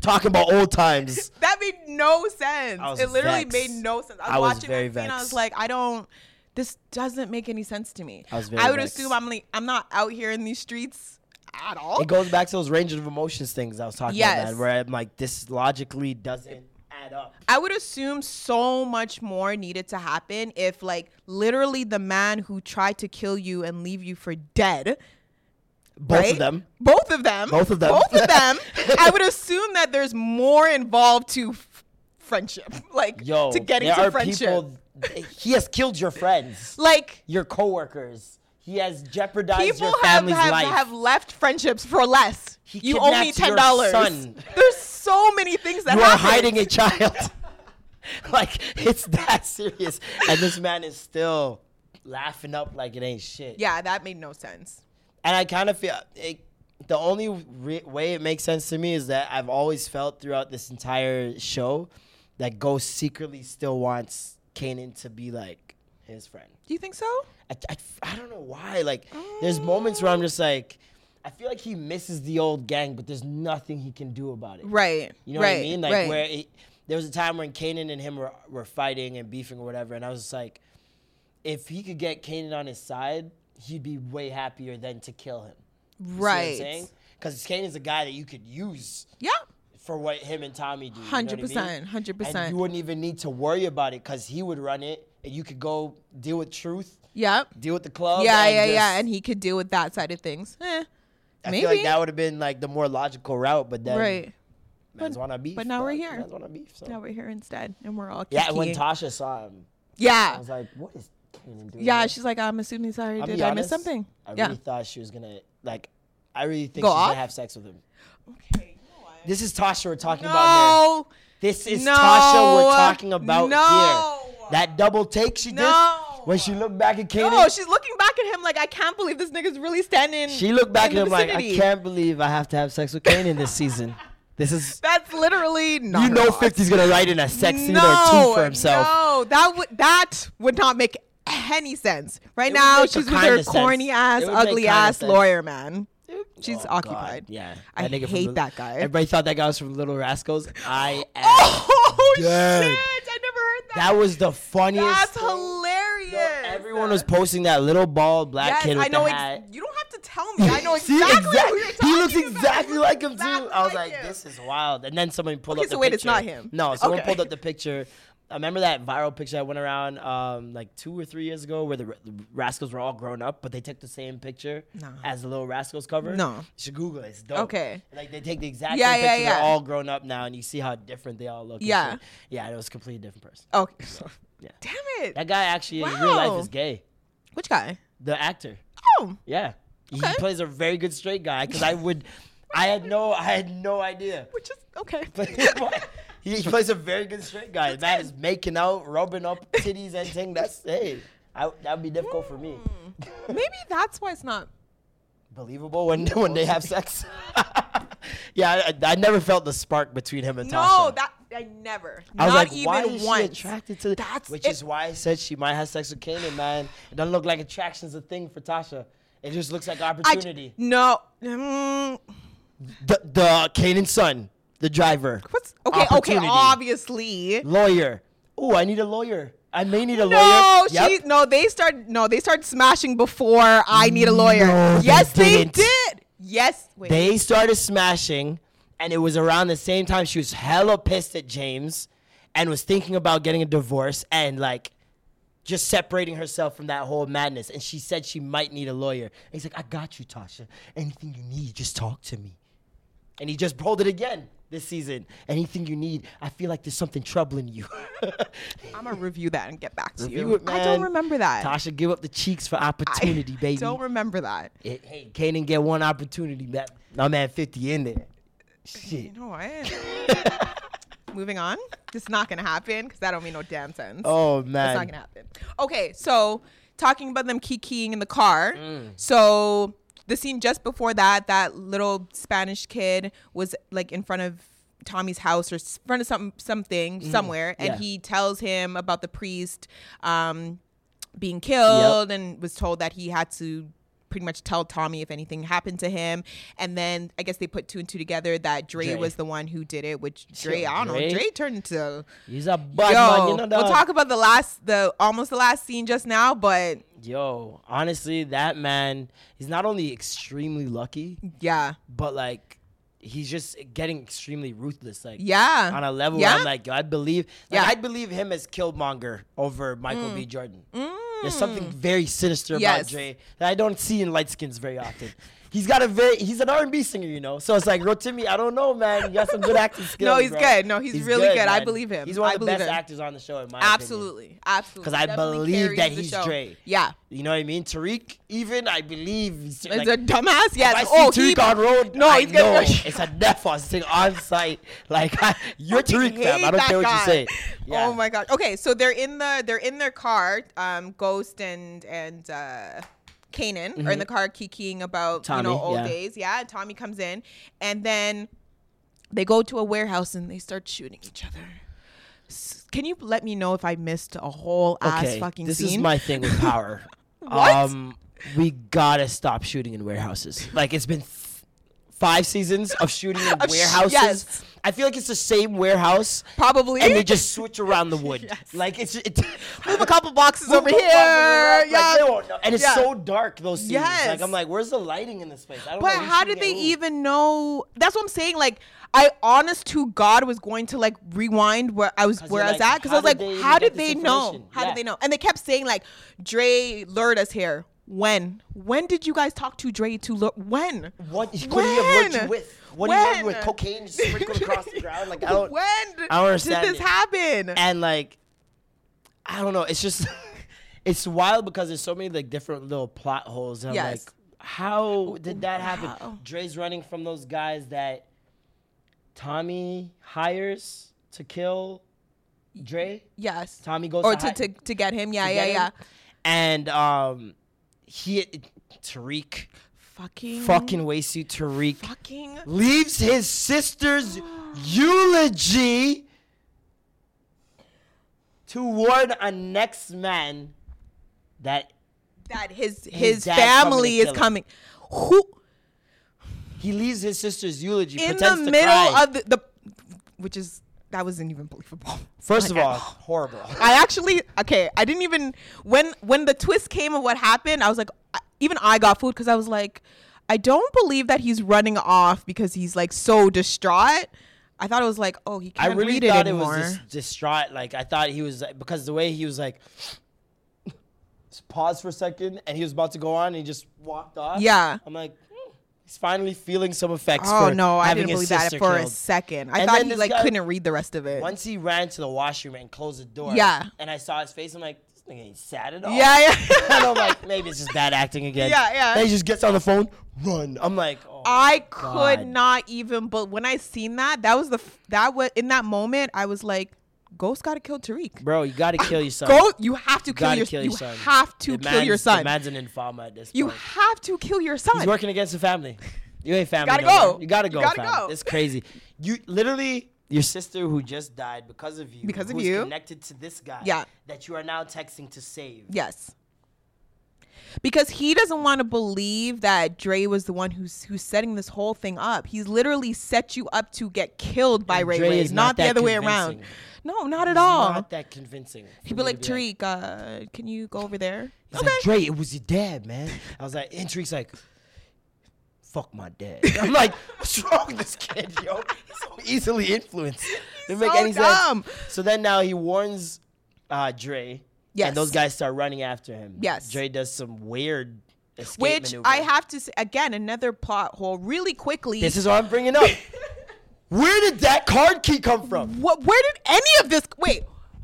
S2: talking about old times.
S1: That made no sense.
S2: I was
S1: It literally
S2: vexed.
S1: made no sense. I was,
S2: I was
S1: watching
S2: very
S1: that scene. I
S2: vexed.
S1: was like, I don't. This doesn't make any sense to me.
S2: I was very
S1: I would
S2: vexed.
S1: assume I'm like, I'm not out here in these streets at all.
S2: It goes back to those range of emotions things I was talking about,
S1: Yes.
S2: man, where I'm like, this logically doesn't add up.
S1: I would assume so much more needed to happen if, like, literally the man who tried to kill you and leave you for dead.
S2: Both
S1: right?
S2: of them.
S1: Both of them.
S2: Both of them.
S1: Both of them. I would assume that there's more involved to f- friendship, like
S2: Yo,
S1: to getting
S2: there
S1: to
S2: are
S1: friendship.
S2: people. He has killed your friends,
S1: like
S2: your coworkers. He has jeopardized
S1: people
S2: your
S1: have,
S2: family's
S1: have,
S2: life.
S1: have left friendships for less.
S2: He
S1: you owe me
S2: kidnapped your
S1: ten dollars.
S2: son.
S1: There's so many things that
S2: you are
S1: happen.
S2: hiding a child. like it's that serious, and this man is still laughing up like it ain't shit.
S1: Yeah, that made no sense.
S2: and I kind of feel it, the only re- way it makes sense to me is that I've always felt throughout this entire show that Ghost secretly still wants Kanan to be like his friend.
S1: Do you think so?
S2: I, I, I don't know why. Like, there's moments where I'm just like, I feel like he misses the old gang, but there's nothing he can do about it.
S1: Right.
S2: You know
S1: right,
S2: what I mean? Like
S1: right.
S2: where it, there was a time when Kanan and him were, were fighting and beefing or whatever, and I was just like, if he could get Kanan on his side, he'd be way happier than to kill him.
S1: right.
S2: Because Kanan's a guy that you could use
S1: Yeah.
S2: for what him and Tommy do. you know what I mean?
S1: 100%, 100%.
S2: And you wouldn't even need to worry about it because he would run it, and you could go deal with truth,
S1: Yep.
S2: deal with the club.
S1: yeah,
S2: and
S1: yeah,
S2: just-
S1: yeah. And he could deal with that side of things. Eh,
S2: I
S1: maybe.
S2: feel like that would have been like the more logical route, but then
S1: right.
S2: man's wanna beef.
S1: but now we're
S2: dog.
S1: here.
S2: Man's wanna beef. So.
S1: Now we're here instead, and we're all
S2: yeah, and when
S1: kikiing.
S2: Tasha saw him, I
S1: yeah,
S2: was like, what is Kanan doing?
S1: yeah.
S2: here?
S1: She's like, I'm assuming sorry.
S2: I'll
S1: Did
S2: be
S1: I miss
S2: honest,
S1: something?
S2: I
S1: yeah.
S2: really thought she was gonna like. I really think
S1: Go
S2: she's
S1: off?
S2: gonna have sex with him.
S1: okay.
S2: This is Tasha we're talking about here.
S1: No.
S2: This is
S1: No.
S2: Tasha we're talking about
S1: No.
S2: here. That double take she
S1: No.
S2: did when she looked back at Kanan.
S1: No, she's looking back at him like I can't believe this nigga's really standing.
S2: she looked back
S1: in
S2: at
S1: the
S2: him like, I
S1: vicinity."
S2: can't believe I have to have sex with Kanan this season. This is
S1: That's literally not.
S2: you
S1: her
S2: know
S1: boss.
S2: 50's gonna write in a sex scene or
S1: no,
S2: two for himself.
S1: No, that would that would not make any sense. Right
S2: It would
S1: now,
S2: make a
S1: she's with
S2: kinda
S1: her
S2: sense.
S1: corny ass,
S2: It would make
S1: ugly
S2: kinda
S1: ass
S2: sense.
S1: lawyer man. She's
S2: Oh, God.
S1: occupied.
S2: Yeah,
S1: I
S2: nigga from
S1: hate
S2: Lil-
S1: that guy.
S2: Everybody thought that guy was from Little Rascals. I am.
S1: Oh
S2: Dead.
S1: shit! I never heard that.
S2: that was the funniest.
S1: That's
S2: thing.
S1: hilarious.
S2: Yo, Everyone was posting that little bald black
S1: Yes,
S2: kid with
S1: I know.
S2: the
S1: ex-
S2: hat.
S1: you don't have to tell me. I know
S2: See,
S1: exactly. who you're
S2: exact- He looks
S1: talking about.
S2: exactly
S1: looks
S2: like him
S1: exactly
S2: too. I was like,
S1: him.
S2: this is wild. And then somebody pulled
S1: Okay,
S2: up
S1: so
S2: the
S1: wait,
S2: picture.
S1: it's not him.
S2: No, someone
S1: Okay.
S2: pulled up the picture. I remember that viral picture that went around um, like two or three years ago where the, Ra- the Rascals were all grown up, but they took the same picture as the Little Rascals cover.
S1: No.
S2: You should Google it. It's dope.
S1: Okay.
S2: Like they take the exact
S1: Yeah,
S2: same
S1: yeah,
S2: picture.
S1: yeah.
S2: They're all grown up now, and you see how different they all look. and
S1: Yeah.
S2: shit. Yeah, it was a completely different person.
S1: Okay.
S2: Yeah.
S1: Damn it.
S2: That guy actually in real
S1: Wow.
S2: life is gay.
S1: Which guy?
S2: The actor.
S1: Oh.
S2: Yeah.
S1: Okay.
S2: He plays a very good straight guy because I would, I had no, I had no idea.
S1: Which is okay.
S2: But he, he plays a very good straight guy. That is making out, rubbing up titties and thing. That's hey, I, that'd be difficult for me.
S1: Hmm. Maybe that's why it's not.
S2: Believable when when they have sex. yeah, I, I never felt the spark between him and Tasha.
S1: No, that I never.
S2: I was
S1: not
S2: like,
S1: even
S2: why is
S1: once.
S2: she attracted to
S1: That's
S2: Which
S1: it.
S2: is why I said she might have sex with Kanan, man. It doesn't look like attraction's a thing for Tasha. It just looks like
S1: I-
S2: opportunity.
S1: no. Mm,
S2: the the Kanan's son, the driver.
S1: what's okay? Okay,
S2: Opportunity.
S1: obviously.
S2: Lawyer. Oh, I need a lawyer. I may need a
S1: No,
S2: lawyer.
S1: she no. They started no. They started smashing before I need a lawyer.
S2: No, they
S1: yes, they,
S2: didn't.
S1: did. Yes, wait.
S2: They started smashing, and it was around the same time she was hella pissed at James, and was thinking about getting a divorce and like. Just separating herself from that whole madness, and she said she might need a lawyer. And he's like, "I got you, Tasha. Anything you need, just talk to me." And he just pulled it again this season. Anything you need, I feel like there's something troubling you.
S1: I'm gonna review that and get back to
S2: Review
S1: you.
S2: it,
S1: I don't
S2: man.
S1: remember that.
S2: Tasha, give up the cheeks for
S1: I
S2: opportunity, baby.
S1: Don't remember that.
S2: It- hey, Kanan get one opportunity, man. I'm at 50 in there. Shit.
S1: You know what? Moving on. This is not gonna happen because that don't mean no damn sense.
S2: Oh
S1: That's not
S2: man.
S1: gonna happen. Okay, so talking about them kikiing in the car.
S2: Mm.
S1: So the scene just before that, that little Spanish kid was like in front of Tommy's house or s- front of some something somewhere, and
S2: Mm. yeah.
S1: he tells him about the priest um, being killed, and was told that he had to pretty much tell Tommy if anything happened to him. And then I guess they put two and two together that Dre,
S2: Dre.
S1: was the one who did it, which
S2: Yo,
S1: Dre, I don't
S2: Dre.
S1: know, Dre turned into
S2: He's a bad man,
S1: Yo,
S2: you know
S1: we'll
S2: that.
S1: talk about the last, the almost the last scene just now, but
S2: Yo, honestly, that man, he's not only extremely lucky,
S1: yeah,
S2: but like he's just getting extremely ruthless. Like
S1: Yeah.
S2: on a level
S1: Yeah.
S2: where I'm like, yo, I believe like
S1: Yeah. Mm.
S2: I'd believe him as Killmonger over Michael B. Jordan. There's something very sinister
S1: Yes.
S2: about Dre that I don't see in light skins very often. He's got a very he's an R and B singer, you know. So it's like Rotimi, I don't know, man. You got some good acting skills.
S1: he's
S2: bro.
S1: good. No, he's really good. I
S2: man.
S1: believe him.
S2: He's one
S1: I
S2: of the
S1: believe
S2: best
S1: him.
S2: actors on the show in my opinion.
S1: absolutely, absolutely.
S2: 'Cause I
S1: Definitely
S2: believe that
S1: carries the
S2: he's
S1: show.
S2: Dre.
S1: Yeah,
S2: You know what I mean? Tariq, even I believe he's
S1: is
S2: like-
S1: a dumbass. Yes.
S2: if I see
S1: oh,
S2: Tariq
S1: he,
S2: on road,
S1: No,
S2: I
S1: he's gonna.
S2: know it's a defos thing on site. Like you're
S1: fucking
S2: Tariq, fam.
S1: hate
S2: I don't
S1: that
S2: care what
S1: guy.
S2: you say.
S1: Oh my god. Okay, so they're in the they're in their car. Um, Ghost and and uh, Kanan are in the car kikiing about you
S2: Mm-hmm. Tommy,
S1: know old
S2: yeah.
S1: days. Yeah, and Tommy comes in, and then they go to a warehouse and they start shooting each other. S- Can you let me know if I missed a whole ass
S2: Okay,
S1: fucking
S2: this
S1: scene?
S2: is my thing with power.
S1: What?
S2: Um, we gotta stop shooting in warehouses. Like it's been th- five seasons of shooting in
S1: Of sh-
S2: warehouses.
S1: yes.
S2: I feel like it's the same warehouse.
S1: Probably.
S2: And they just switch around the wood. Like it's it,
S1: Move a couple boxes
S2: Move
S1: over
S2: the
S1: here.
S2: bubble, like,
S1: yeah.
S2: they won't know. And it's
S1: Yeah.
S2: so dark those scenes.
S1: Yes.
S2: Like I'm like, where's the lighting in this place? I don't
S1: But
S2: know. We
S1: how
S2: should
S1: did
S2: get
S1: they
S2: moved.
S1: even know? That's what I'm saying. Like, I honest to God was going to like rewind where I was
S2: 'Cause
S1: where
S2: you're
S1: I was
S2: like,
S1: at because I
S2: how
S1: was like,
S2: did they even
S1: how
S2: get
S1: did
S2: this
S1: they know?
S2: information?
S1: How
S2: Yeah.
S1: did they know? And they kept saying like, Dre lured us here. When? When did you guys talk to Dre to lure? When?
S2: What he- what do you have
S1: When?
S2: lunch with? What do you have
S1: When?
S2: with cocaine sprinkled across the ground? Like I don't.
S1: when
S2: I don't understand
S1: did this
S2: it.
S1: happen?
S2: And like, I don't know. It's just, it's wild because there's so many like different little plot holes. And I'm
S1: Yes. Oh,
S2: like, how did that happen?
S1: Wow.
S2: Dre's running from those guys that Tommy hires to kill Dre.
S1: yes.
S2: Tommy goes
S1: or
S2: to
S1: to,
S2: hi-
S1: to to get him. Yeah,
S2: to
S1: yeah,
S2: get
S1: yeah.
S2: him. And um, he Tariq.
S1: fucking
S2: fucking Wasu Tariq
S1: fucking
S2: leaves his sister's eulogy to warn a next man that
S1: that his his
S2: dad's coming
S1: family
S2: to
S1: is
S2: kill him.
S1: coming. Who
S2: he leaves his sister's eulogy
S1: in the
S2: pretends to
S1: middle
S2: cry.
S1: of the, the which is that wasn't even believable.
S2: First
S1: Like,
S2: of
S1: at
S2: all, horrible.
S1: Oh. I actually okay. I didn't even when when the twist came of what happened. I was like, I- even I got food because I was like, I don't believe that he's running off because he's like so distraught. I thought it was like, oh, he
S2: I
S1: can't
S2: really
S1: read it
S2: thought it
S1: anymore.
S2: was dis- distraught. Like I thought he was like, because the way he was like just paused for a second and he was about to go on and he just walked off.
S1: Yeah.
S2: I'm like, hmm, he's finally feeling some effects.
S1: oh
S2: for
S1: no, I
S2: having
S1: didn't believe
S2: his
S1: that
S2: sister
S1: for a
S2: killed.
S1: second. I
S2: And
S1: thought
S2: then
S1: he
S2: this
S1: like
S2: guy-
S1: couldn't read the rest of it.
S2: Once he ran to the washroom and closed the door,
S1: Yeah.
S2: and I saw his face, I'm like, this nigga ain't sad at all.
S1: yeah, yeah.
S2: and I'm like, maybe it's just bad acting again.
S1: Yeah, yeah. Uh,
S2: Then he just gets on the phone, run. I'm like, oh.
S1: I could
S2: God.
S1: not even. But when I seen that, that was the f- that was in that moment. I was like, Ghost gotta kill Tariq.
S2: bro, you gotta kill your son.
S1: Go! You have to
S2: You
S1: kill
S2: gotta
S1: your.
S2: kill
S1: you
S2: your son.
S1: have to
S2: The
S1: kill your
S2: man's-
S1: son.
S2: The man's an infama at this
S1: You
S2: point.
S1: have to kill your son.
S2: He's working against the family. You ain't family.
S1: gotta
S2: no more.
S1: go.
S2: You gotta
S1: You
S2: go.
S1: gotta go.
S2: fam. It's crazy. You literally your sister who just died because of you.
S1: Because of
S2: who's
S1: you.
S2: Connected to this guy.
S1: Yeah.
S2: That you are now texting to save.
S1: Yes. Because he doesn't want to believe that Dre was the one who's who's setting this whole thing up. He's literally set you up to get killed by
S2: And
S1: Ray
S2: Dre
S1: Ray,
S2: is
S1: not,
S2: not
S1: the
S2: that
S1: other way around.
S2: convincing.
S1: No, not at all.
S2: Not that convincing. for
S1: He'd
S2: me
S1: be
S2: to
S1: like, Tariq, uh, can you go over there?
S2: He's like, Dre, it was your dad, man. I was like, and Tariq's like, fuck my dad. I'm like, what's wrong with this kid, yo? He's so easily influenced. Didn't make
S1: so
S2: any
S1: dumb.
S2: sense. So then now he warns uh, Dre.
S1: Yes.
S2: And those guys start running after him.
S1: Yes.
S2: Dre does some weird escape
S1: Which
S2: maneuver.
S1: I have to say again, another plot hole. Really quickly,
S2: This is what I'm bringing up. Where did that card key come from?
S1: what where did any of this wait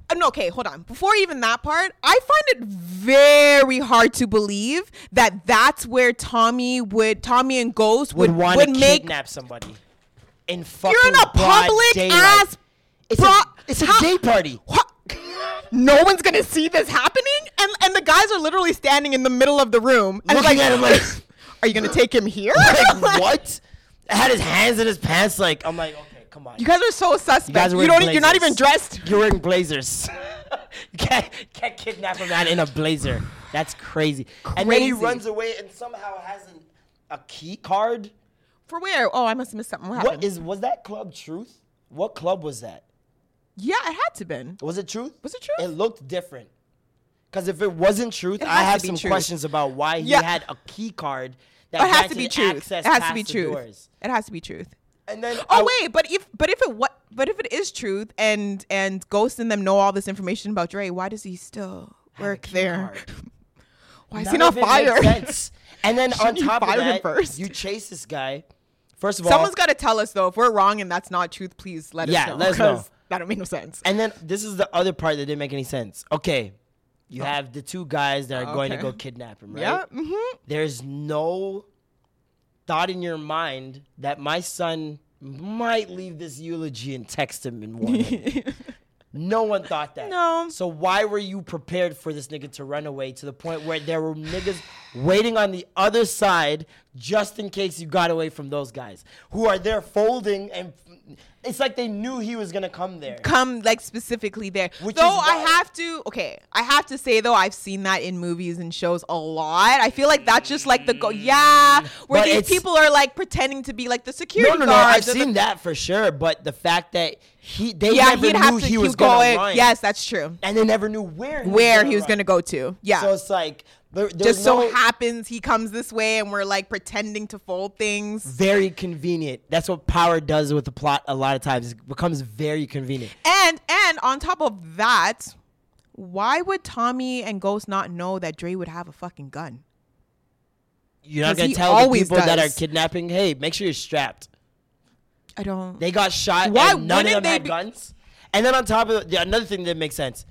S1: uh, no, okay hold on before even that part i find it very hard to believe that that's where tommy would tommy and ghost would
S2: Would
S1: would,
S2: want to
S1: make
S2: kidnap somebody. In fucking
S1: you're in a
S2: broad
S1: public
S2: daylight.
S1: ass
S2: It's
S1: bro-
S2: a, it's a
S1: how-
S2: day party.
S1: what? no one's gonna see this happening and and the guys are literally standing in the middle of the room and it's
S2: Looking
S1: like,
S2: at him like,
S1: are you gonna take him here
S2: like what? Had his hands in his pants. Like I'm like, okay, come on.
S1: you guys are so
S2: You
S1: suspect
S2: guys
S1: you,
S2: wearing
S1: don't e- you're not even
S2: blazers.
S1: dressed
S2: You're wearing blazers. you can't can't kidnap a man in a blazer. That's crazy. And then he
S1: Crazy.
S2: runs away and somehow has an, a key card.
S1: for where oh i must have missed something what, happened?
S2: What is was that club Truth? What club was that?
S1: yeah it had to been
S2: Was it Truth?
S1: Was it Truth?
S2: It looked different. Because if it wasn't Truth,
S1: has to
S2: I have
S1: be
S2: some
S1: Truth.
S2: questions about why he
S1: Yeah.
S2: had a key card that
S1: it has to be
S2: granted
S1: truth
S2: access
S1: it has to
S2: past
S1: be
S2: the
S1: truth
S2: doors.
S1: it has to be truth
S2: And then
S1: Oh
S2: I-
S1: wait, but if but if it what but if it is truth and and Ghost and them know all this information about Dre, why does he still work
S2: key
S1: there?
S2: card.
S1: Why is he not
S2: None of it makes
S1: fired?
S2: sense. And then on
S1: Shouldn't you
S2: top of
S1: fire him
S2: that,
S1: first?
S2: you chase this guy. First of all,
S1: Someone's got to tell us though if we're wrong and that's not truth. Please let
S2: Yeah,
S1: us know.
S2: let us know.
S1: 'cause That don't make no sense.
S2: and then this is the other part that didn't make any sense. Okay, you have the two guys that are going to
S1: Oh. Okay.
S2: go kidnap him, right?
S1: Yeah. Mm-hmm.
S2: There's no thought in your mind that my son might leave this eulogy and text him and warn him. No one thought that.
S1: No.
S2: So why were you prepared for this nigga to run away to the point where there were niggas waiting on the other side just in case you got away from those guys who are there folding and it's like they knew he was gonna come there.
S1: Come like specifically there.
S2: Which
S1: though
S2: is
S1: I
S2: why-
S1: have to okay, I have to say though I've seen that in movies and shows a lot. I feel like that's just like the go yeah, where
S2: Mm. But
S1: these
S2: it's-
S1: people are like pretending to be like the security
S2: No, no, no. I've
S1: guards. or the-
S2: seen that for sure, but the fact that he they
S1: yeah,
S2: never
S1: he'd
S2: knew
S1: have to
S2: he
S1: keep
S2: was gonna
S1: going.
S2: run.
S1: Yes, that's true.
S2: and they never knew where he
S1: where he was
S2: run.
S1: going to go to. Yeah.
S2: So it's like there, there
S1: just
S2: was
S1: so
S2: no-
S1: happens he comes this way and we're like pretending to fold things.
S2: very convenient. That's what power does with the plot. A lot of times, it becomes very convenient.
S1: And and on top of that, why would Tommy and Ghost not know that Dre would have a fucking gun?
S2: You're not
S1: 'Cause
S2: gonna
S1: he
S2: tell the
S1: always
S2: people that are
S1: does.
S2: kidnapping. Hey, make sure you're strapped.
S1: I don't
S2: They got shot.
S1: Why
S2: and none of
S1: wouldn't
S2: them
S1: they
S2: had
S1: be-
S2: guns. And then on top of the, another thing that makes sense,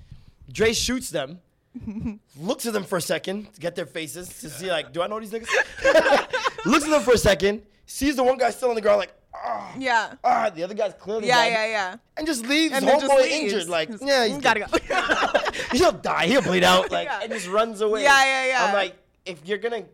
S2: Dre shoots them. looks at them for a second to get their faces to see like, do I know these niggas? looks at them for a second. Sees the one guy still on the ground like, ah,
S1: Yeah.
S2: ah. The other guy's clearly
S1: Yeah,
S2: dead.
S1: yeah, yeah.
S2: And just leaves.
S1: And then just
S2: Homeboy
S1: leaves.
S2: injured. Like,
S1: He's-
S2: yeah,
S1: he's
S2: he's
S1: gotta
S2: dead."
S1: go.
S2: he'll die. He'll bleed out. Like,
S1: Yeah.
S2: and just runs away.
S1: Yeah, yeah, yeah.
S2: I'm like, if you're gonna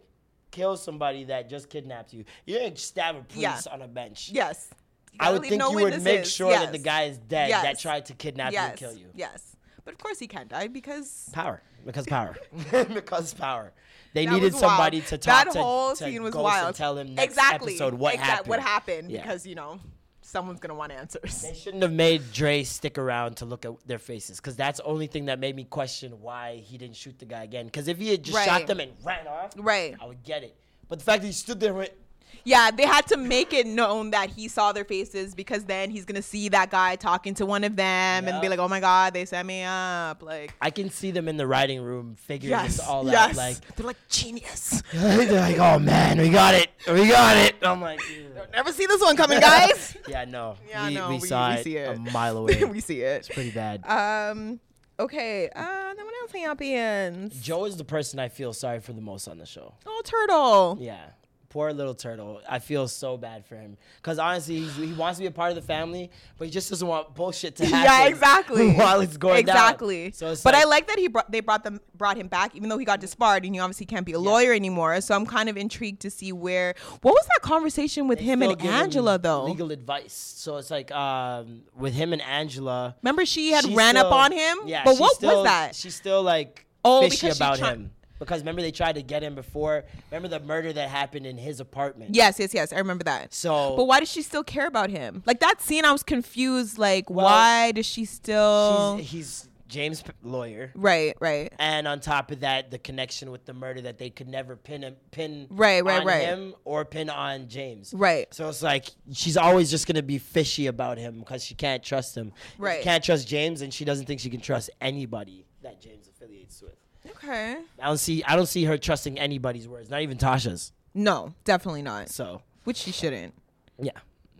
S2: kill somebody that just kidnapped you. You didn't stab a priest
S1: Yeah.
S2: on a bench.
S1: Yes. You
S2: I
S1: gotta
S2: would
S1: leave-
S2: think
S1: know
S2: you
S1: when
S2: would
S1: this
S2: make
S1: is.
S2: sure that the
S1: Yes.
S2: guy is dead that
S1: Yes.
S2: tried to kidnap you
S1: yes.
S2: and kill you.
S1: Yes. But of course he can't die because
S2: Power. Because power. because power. They
S1: that
S2: needed
S1: was wild.
S2: somebody to talk
S1: That
S2: to,
S1: whole
S2: to
S1: scene was
S2: Ghost
S1: wild.
S2: and tell him next
S1: exactly.
S2: episode what
S1: exact-
S2: happened.
S1: What happened?
S2: Yeah.
S1: Because you know someone's gonna want answers.
S2: They shouldn't have made Dre stick around to look at their faces because that's the only thing that made me question why he didn't shoot the guy again. Because if he had just shot
S1: Right.
S2: them and ran off,
S1: Right.
S2: I would get it. But the fact that he stood there and went,
S1: Yeah, they had to make it known that he saw their faces because then he's gonna see that guy talking to one of them and be
S2: Yeah.
S1: like, "Oh my god, they set me up!" Like,
S2: I can see them in the writing room figuring
S1: yes,
S2: this all
S1: yes,
S2: out. Like,
S1: they're like genius.
S2: they're like, oh man, we got it, we got it. I'm like, "Ew."
S1: Never see this one coming, guys.
S2: yeah, no,
S1: yeah,
S2: we,
S1: no,
S2: we saw it
S1: see it
S2: a mile away.
S1: we see it.
S2: Pretty bad.
S1: Um, okay. Uh, then what else happens?
S2: Joe is the person I feel sorry for the most on the show.
S1: Oh, turtle.
S2: Yeah. Poor little turtle. I feel so bad for him. Because honestly, he's, he wants to be a part of the family, but he just doesn't want bullshit to happen.
S1: Yeah, exactly.
S2: While it's going
S1: exactly.
S2: down. So it's
S1: but I
S2: like- Mm.
S1: like that he brought they brought them brought him back, even though he got disbarred and he obviously can't be a lawyer anymore. So I'm kind of intrigued to see where what was that conversation with
S2: they
S1: him
S2: still
S1: and
S2: give him
S1: Angela though.
S2: Legal advice. So it's like um, with him and Angela.
S1: Remember she had
S2: she
S1: ran up
S2: still-
S1: on him.
S2: Yeah,
S1: but
S2: she
S1: what
S2: still-
S1: was that?
S2: She's still like
S1: Oh,
S2: fishy
S1: because she
S2: about
S1: try-
S2: him. Because remember they tried to get him before. Remember the murder that happened in his apartment.
S1: yes, yes, yes. I remember that.
S2: So-
S1: but why does she still care about him? Like that scene, I was confused. Like,
S2: Well,
S1: why does she still?
S2: She's, he's James' p- lawyer.
S1: right, right.
S2: and on top of that, the connection with the murder that they could never pin him, pin
S1: Right, right,
S2: on
S1: right.
S2: him or pin on James.
S1: Right.
S2: So it's like she's always just gonna be fishy about him because she can't trust him.
S1: Right.
S2: She can't trust James, and she doesn't think she can trust anybody that James affiliates with.
S1: Okay.
S2: I don't see. I don't see her trusting anybody's words, not even Tasha's.
S1: No, definitely not.
S2: So
S1: Which she shouldn't.
S2: yeah,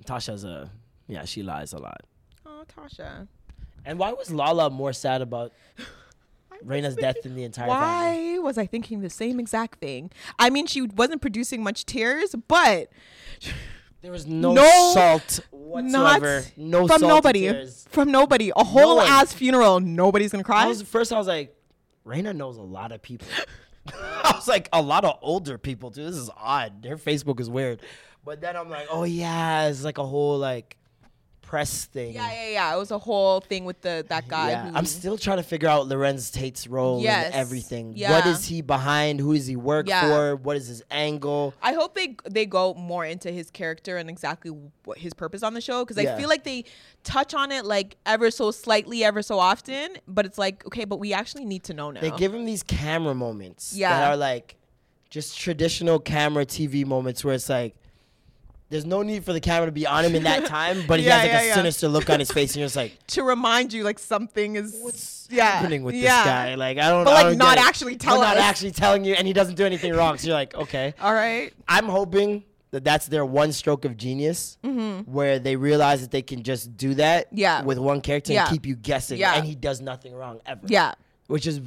S2: Tasha's a yeah. She lies a lot.
S1: Oh, Tasha.
S2: And why was Lala more sad about Reina's death than the entire family?
S1: Why was I thinking the same exact thing? I mean, she wasn't producing much tears, but
S2: There was no,
S1: No,
S2: salt whatsoever.
S1: not
S2: no
S1: from
S2: salt
S1: nobody.
S2: tears.
S1: From nobody, a whole
S2: one.
S1: ass funeral. Nobody's gonna
S2: I
S1: cry.
S2: was first. I was like, Raina knows a lot of people. I was like, a lot of older people too. This is odd. Their Facebook is weird. But then I'm like, oh yeah, it's like a whole like press thing.
S1: yeah, yeah, yeah. It was a whole thing with the that guy.
S2: Yeah,
S1: who-
S2: I'm still trying to figure out Lorenz Tate's role in
S1: Yes.
S2: everything. What
S1: Yeah.
S2: is he behind? Who does he work
S1: Yeah.
S2: for? What is his angle?
S1: I hope they they go more into his character and exactly what his purpose on the show because I
S2: Yeah.
S1: feel like they touch on it like ever so slightly, ever so often. But it's like okay, but we actually need to know now.
S2: They give him these camera moments
S1: Yeah.
S2: that are like just traditional camera TV moments where it's like there's no need for the camera to be on him in that time, but he
S1: Yeah,
S2: has like
S1: yeah,
S2: a
S1: yeah.
S2: sinister look on his face, and you're just like,
S1: to remind you like something is
S2: what's
S1: yeah,
S2: happening with
S1: yeah.
S2: this guy? Like I don't.
S1: But,
S2: I
S1: like,
S2: don't
S1: not
S2: get it.
S1: actually
S2: But
S1: tell
S2: Not
S1: us. Uh,
S2: actually telling you, and he doesn't do anything wrong. So you're like, okay.
S1: All right.
S2: I'm hoping that that's their one stroke of genius, where they realize that they can just do that
S1: Mm-hmm. Yeah.
S2: with one character
S1: Yeah.
S2: and keep you guessing,
S1: Yeah.
S2: and he does nothing wrong ever.
S1: Yeah.
S2: which is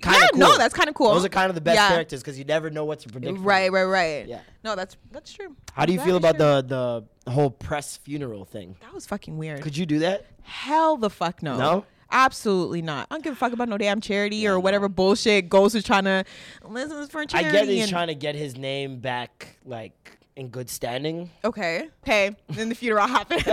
S2: kind
S1: Yeah,
S2: of cool.
S1: no, that's kinda cool.
S2: Those are kind of the best
S1: Yeah.
S2: characters because you never know what to predict. from
S1: Right,
S2: them.
S1: right, right.
S2: Yeah.
S1: No, that's that's true.
S2: How do you
S1: That
S2: feel
S1: is
S2: about
S1: true.
S2: the the whole press funeral thing?
S1: That was fucking weird.
S2: Could you do that?
S1: Hell the fuck no.
S2: No?
S1: Absolutely not. I don't give a fuck about no damn charity or whatever bullshit Ghost is trying to listen is for
S2: I
S1: charity.
S2: get he's
S1: and-
S2: trying to get his name back, like in good standing.
S1: Okay. Hey, then the funeral happened.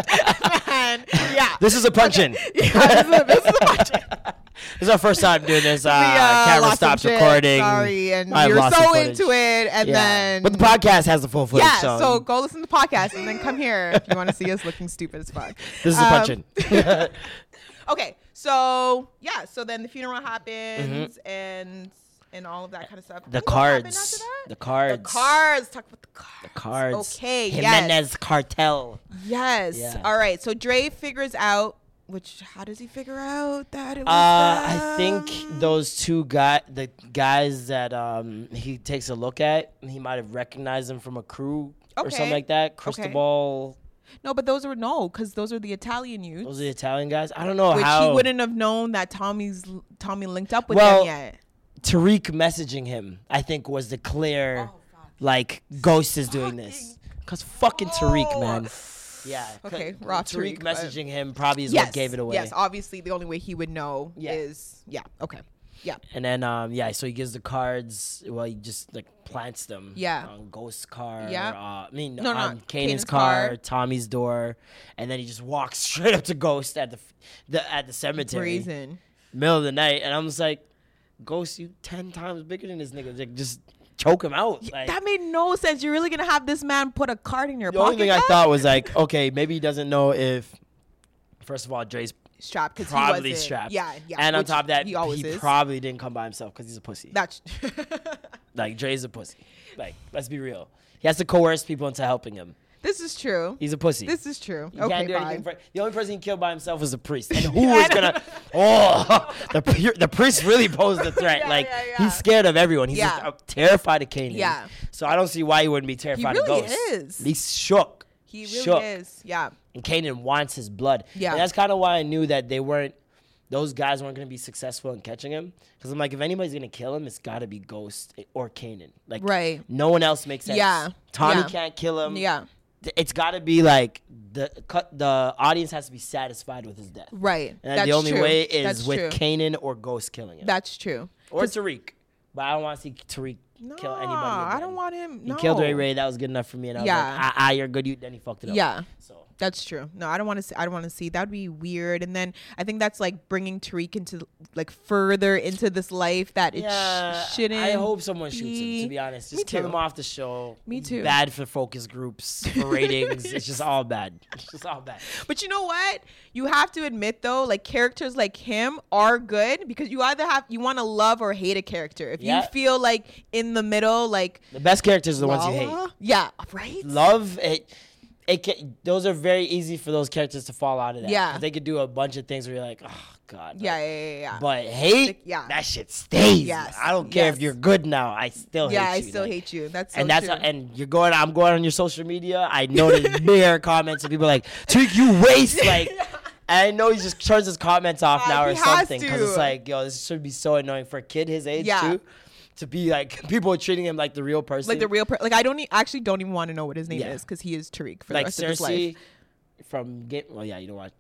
S1: Man, yeah.
S2: This is a punch in.
S1: yeah, this is, this is a bunch of-
S2: This is our first time doing this. Uh,
S1: we, uh,
S2: camera
S1: lost some
S2: stops
S1: shit,
S2: recording.
S1: Sorry, and
S2: I've
S1: you're
S2: lost the
S1: so
S2: footage.
S1: into it, and
S2: Yeah.
S1: then
S2: but the podcast has the full footage.
S1: yeah.
S2: so,
S1: So, go listen to the podcast, and then come here if you want to see us looking stupid as fuck. Um,
S2: this is a punch in.
S1: Okay, so yeah, so then the funeral happens and and all of that kind of stuff.
S2: Mm-hmm. The
S1: Ooh, what happened
S2: cards.
S1: after that?
S2: The cards.
S1: The cards. Talk about the cards. The
S2: Cards.
S1: Okay.
S2: Jimenez cartel.
S1: Yes. Yes.
S2: Yeah.
S1: All right. So Dre figures out. Which how does he figure out that it was?
S2: Uh, I
S1: them?
S2: think those two guy, the guys that um he takes a look at, he might have recognized them from a crew or
S1: Okay.
S2: something like that. Cristobal,
S1: no, but those were no, because those are the Italian youths,
S2: those are the Italian guys. I don't know
S1: which
S2: how
S1: he wouldn't have known that Tommy's Tommy linked up with them
S2: Well,
S1: yet.
S2: Tariq messaging him. I think was the clear,
S1: Oh,
S2: like Ghost is doing this because fucking Tariq, man. Yeah. 'cause
S1: Oh. Okay, raw Tariq, but-
S2: messaging him probably is
S1: Yes,
S2: what gave it away.
S1: Yes, obviously the only way he would know
S2: Yeah.
S1: is yeah. Okay. Yeah.
S2: And then um yeah, so he gives the cards. Well, he just like plants them.
S1: Yeah.
S2: On Ghost's car.
S1: Yeah.
S2: Uh, I mean,
S1: No,
S2: on
S1: no,
S2: Kanan's,
S1: Kanan's
S2: car,
S1: car.
S2: Tommy's door, and then he just walks straight up to Ghost at the, f- the at the cemetery,
S1: Brazen.
S2: middle of the night, and I'm just like, Ghost, you ten times bigger than this nigga. Like, just choke him out. Like,
S1: that made no sense. You're really gonna have this man put a card in your
S2: the
S1: pocket?
S2: only thing I
S1: guys?
S2: thought was like, okay, maybe he doesn't know if. First of all, Dre's
S1: strapped because
S2: probably
S1: he wasn't.
S2: strapped.
S1: Yeah, yeah.
S2: And on
S1: which
S2: top of that,
S1: he
S2: he,
S1: always is.
S2: probably didn't come by himself because he's a pussy.
S1: That's
S2: Like Dre's a pussy. Like, let's be real. He has to coerce people into helping him.
S1: this is true.
S2: He's a pussy.
S1: This is true.
S2: He
S1: Okay,
S2: can't do anything
S1: bye.
S2: for- the only person he killed by himself was the priest. And who was gonna? Oh, the pu- the priest really posed a threat.
S1: Yeah,
S2: like
S1: yeah, yeah.
S2: he's scared of everyone. He's
S1: Yeah.
S2: uh, terrified of Canaan.
S1: Yeah.
S2: So I don't see why he wouldn't be terrified
S1: really
S2: of ghosts.
S1: is.
S2: He's shook.
S1: He really
S2: shook.
S1: is. Yeah.
S2: And Canaan wants his blood.
S1: Yeah.
S2: And that's kind of why I knew that they weren't. Those guys weren't going to be successful in catching him because I'm like, if anybody's going to kill him, it's got to be Ghost or Canaan. Like,
S1: Right.
S2: No one else makes sense.
S1: Yeah.
S2: Tommy
S1: Yeah.
S2: can't kill him
S1: Yeah.
S2: th- it's got to be like the cut. The audience has to be satisfied with his death,
S1: Right.
S2: And
S1: That's
S2: the only
S1: true.
S2: way is
S1: That's
S2: with
S1: true.
S2: Kanan or Ghost killing him,
S1: That's true.
S2: or Tariq. But I don't want to see Tariq kill anybody.
S1: Nah, I
S2: again.
S1: don't want him.
S2: He
S1: No.
S2: killed Ray Ray. That was good enough for me. And I was
S1: Yeah.
S2: like, ah, ah, you're good. You then he fucked it up.
S1: Yeah.
S2: So
S1: That's true. No, I don't want to. See, I don't want to see. That would be weird. And then I think that's like bringing Tariq into like further into this life that it
S2: yeah,
S1: sh- shouldn't.
S2: I hope someone shoots him. To be honest, just
S1: Me
S2: kill
S1: too.
S2: him off the show.
S1: Me
S2: It's
S1: too.
S2: Bad for focus groups, for ratings. it's just all bad. It's just all bad.
S1: But you know what? You have to admit though, like characters like him are good because you either have you want to love or hate a character. If
S2: Yeah.
S1: you feel like in the middle, like
S2: The best characters are the ones you hate.
S1: Lala? yeah, right,
S2: love it it can, those are very easy for those characters to fall out of that.
S1: Yeah.
S2: 'Cause they could do a bunch of things where you're like, oh god.
S1: yeah,
S2: like-
S1: yeah, yeah, yeah.
S2: But hate,
S1: yeah.
S2: that shit stays.
S1: Yes,
S2: I don't care
S1: yes.
S2: if you're good now. I still
S1: yeah, I
S2: hate you.
S1: still
S2: like-
S1: hate you. That's so
S2: and that's
S1: true.
S2: how, and you're going. I'm going on your social media. I know there's mere comments and people are like, Tariq, you waste like. And I know he just turns his comments off
S1: Yeah,
S2: now
S1: Uh, he
S2: or
S1: has
S2: something because
S1: to.
S2: it's like, yo, this should be so annoying for a kid his age
S1: Yeah.
S2: too, to be like people are treating him like the real person.
S1: like the real person. Like I don't e- actually don't even want to know what his name
S2: Yeah.
S1: is because he is Tariq for the
S2: like
S1: rest of his life.
S2: Cersei from Game. Well, yeah, you don't watch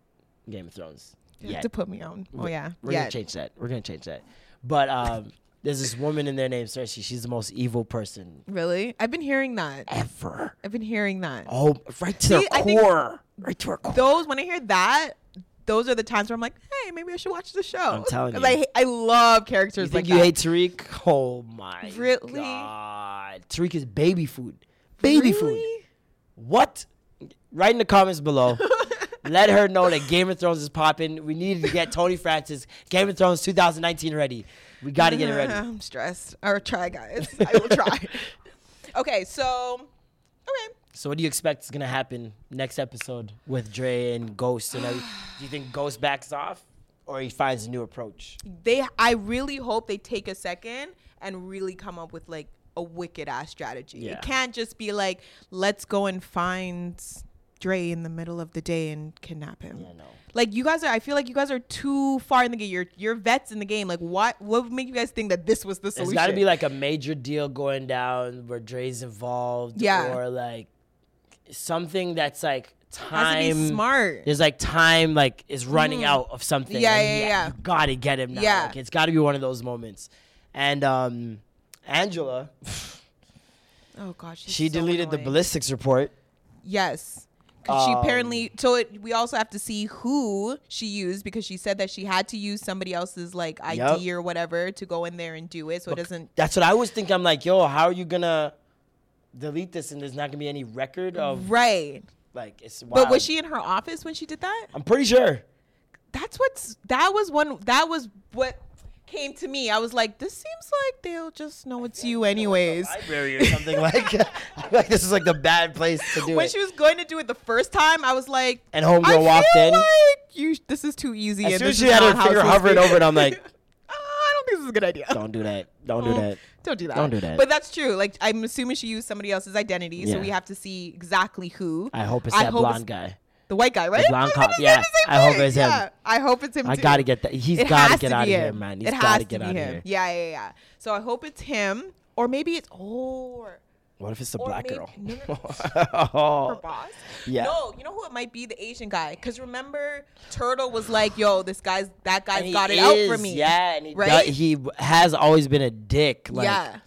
S2: Game of Thrones. Yeah,
S1: To put me on. Oh yeah,
S2: we're
S1: yeah.
S2: gonna change that. We're gonna change that. But um, there's this woman in there named Cersei. She's the most evil person
S1: Really? I've been hearing that.
S2: ever.
S1: I've been hearing that.
S2: Eh. Oh, right to
S1: See,
S2: her
S1: I think-
S2: core. Right to her core.
S1: those when I hear that, those are the times where I'm like, hey, maybe I should watch the show. I'm
S2: telling you.
S1: I, I love characters
S2: you
S1: like
S2: think you
S1: that.
S2: hate Tariq? Oh my
S1: Really?
S2: god! Tariq is baby food. Baby food.
S1: Really?
S2: What? Write in the comments below. Let her know that Game of Thrones is popping. We need to get Tony Francis Game of Thrones 2019 ready. We got to get it ready.
S1: I'm stressed. I'll try, guys. I will try. okay, so okay.
S2: So, what do you expect is gonna happen next episode with Dre and Ghost? And everything? do you think Ghost backs off, or he finds a new approach?
S1: They I really hope they take a second and really come up with like a wicked ass strategy.
S2: Yeah.
S1: It can't just be like, let's go and find Dre in the middle of the day and kidnap him.
S2: I know.
S1: Like you guys are, I feel like you guys are too far in the game. You're you're vets in the game. Like what? What would make you guys think that this was the
S2: There's
S1: solution?
S2: got to be like a major deal going down where Dre's involved,
S1: Yeah.
S2: or like something that's like time.
S1: Has to be smart. Mm.
S2: There's like time like is running out of something.
S1: Yeah,
S2: and
S1: yeah,
S2: you-
S1: yeah.
S2: You gotta get him now.
S1: Yeah.
S2: Like, it's gotta be one of those moments. And um Angela,
S1: Oh gosh, she's
S2: she
S1: so
S2: deleted the Um,
S1: annoying.
S2: ballistics report.
S1: Yes. 'Cause she apparently, so it, we also have to see who she used because she said that she had to use somebody else's like ID
S2: Yup.
S1: or whatever to go in there and do it. So it doesn't.
S2: That's what I was thinking. I'm like, yo, how are you gonna delete this and there's not gonna be any record of
S1: Right.
S2: like it's wild.
S1: But was she in her office when she did that?
S2: I'm pretty sure.
S1: That's what's, that was one, that was what came to me. I was like, this seems like they'll just know it's you anyways.
S2: Library or something like I'm like this is like the bad place to do
S1: When
S2: it.
S1: she was going to do it the first time, I was like,
S2: And homegirl
S1: I
S2: walked
S1: feel
S2: in.
S1: Like you, this is too easy.
S2: as
S1: and
S2: soon
S1: this
S2: as she
S1: is
S2: had her
S1: not how
S2: finger
S1: it's supposed to
S2: hovering
S1: be.
S2: over it, I'm like,
S1: Uh, I don't think this is a good idea.
S2: don't do that. Don't do that.
S1: Don't do that.
S2: Don't do that.
S1: But that's true. Like I'm assuming she used somebody else's identity, so
S2: Yeah.
S1: we have to see exactly who.
S2: I hope it's that
S1: hope
S2: blonde guy.
S1: the white guy, right?
S2: blonde
S1: I was
S2: cop.
S1: gonna say
S2: Yeah.
S1: the same
S2: I hope
S1: thing.
S2: it's him.
S1: Yeah. I hope it's him.
S2: I
S1: too.
S2: gotta get that- he's
S1: It
S2: gotta
S1: has
S2: get
S1: be
S2: outta here,
S1: him.
S2: man. He's
S1: It
S2: gotta
S1: has to
S2: get
S1: be
S2: outta
S1: him.
S2: here.
S1: Yeah, yeah, yeah. So I hope it's him, or maybe it's or
S2: What if it's a
S1: Or
S2: black
S1: maybe-
S2: girl? Oh,
S1: no, no, her boss.
S2: Yeah.
S1: No, you know who it might be? The Asian guy. Because remember, Turtle was like, "Yo, this guy's that guy's
S2: And he
S1: got it out for
S2: is,
S1: me."
S2: Yeah, and he, do-
S1: right?
S2: he has always been a dick. Like,
S1: yeah.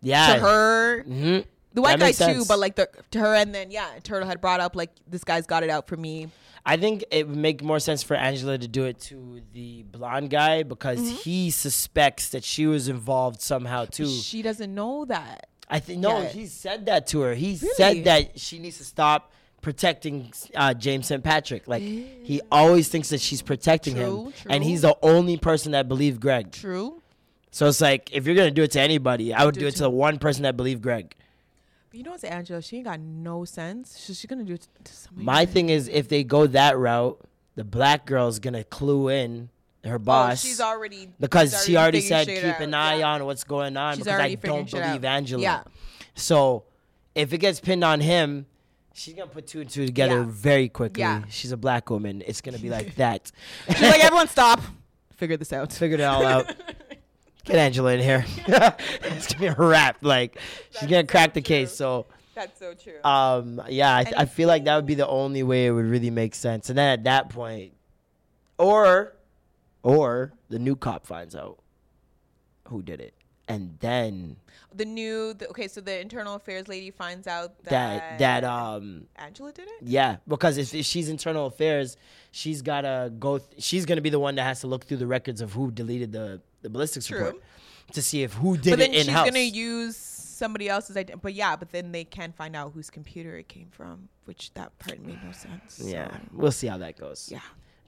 S2: yeah. Mm-hmm. Hmm?
S1: to her, the white
S2: That
S1: guy
S2: makes
S1: too,
S2: sense.
S1: but like the to her, and then yeah, Turtle had brought up like this guy's got it out for me.
S2: I think it would make more sense for Angela to do it to the blonde guy because
S1: Mm-hmm.
S2: he suspects that she was involved somehow too.
S1: She doesn't know that.
S2: I think no,
S1: Yeah.
S2: he said that to her. He
S1: Really?
S2: said that she needs to stop protecting uh, James St. Patrick. Like he always thinks that she's protecting
S1: True,
S2: him, and
S1: true.
S2: he's the only person that believed Greg.
S1: True.
S2: So it's like if you're gonna do it to anybody, I would do, it to the one person that believed Greg.
S1: But you know what's Angela? She ain't got no sense. So she's gonna do it to somebody.
S2: My thing is if they go that route, the black girl's gonna clue in her
S1: Oh,
S2: boss.
S1: she's already
S2: because
S1: she's
S2: she already
S1: figuring
S2: said
S1: shit
S2: keep
S1: out.
S2: an eye
S1: Yeah.
S2: on what's going on
S1: She's
S2: because I
S1: already figuring
S2: don't
S1: shit
S2: believe
S1: out.
S2: Angela.
S1: Yeah.
S2: So if it gets pinned on him, she's gonna put two and two together
S1: Yeah.
S2: very quickly.
S1: Yeah.
S2: She's a black woman. It's gonna be like that.
S1: She's like, everyone stop. Figure this out.
S2: Figured it all out. Get Angela in here. it's gonna be a wrap. Like she's gonna crack the case. So
S1: That's so true.
S2: um, yeah, I, I feel like that would be the only way it would really make sense. And then at that point, or, or the new cop finds out who did it, and then
S1: the new the, okay, so the internal affairs lady finds out
S2: that
S1: that
S2: that um
S1: Angela did it.
S2: yeah, because if, if she's internal affairs, she's gotta go. Th- she's gonna be the one that has to look through the records of who deleted the the ballistics
S1: True.
S2: report to see if who did
S1: But then
S2: it
S1: she's
S2: in house.
S1: gonna use somebody else's idea. But yeah, but then they can find out whose computer it came from, which that part made no sense.
S2: yeah,
S1: so,
S2: we'll see how that goes.
S1: yeah.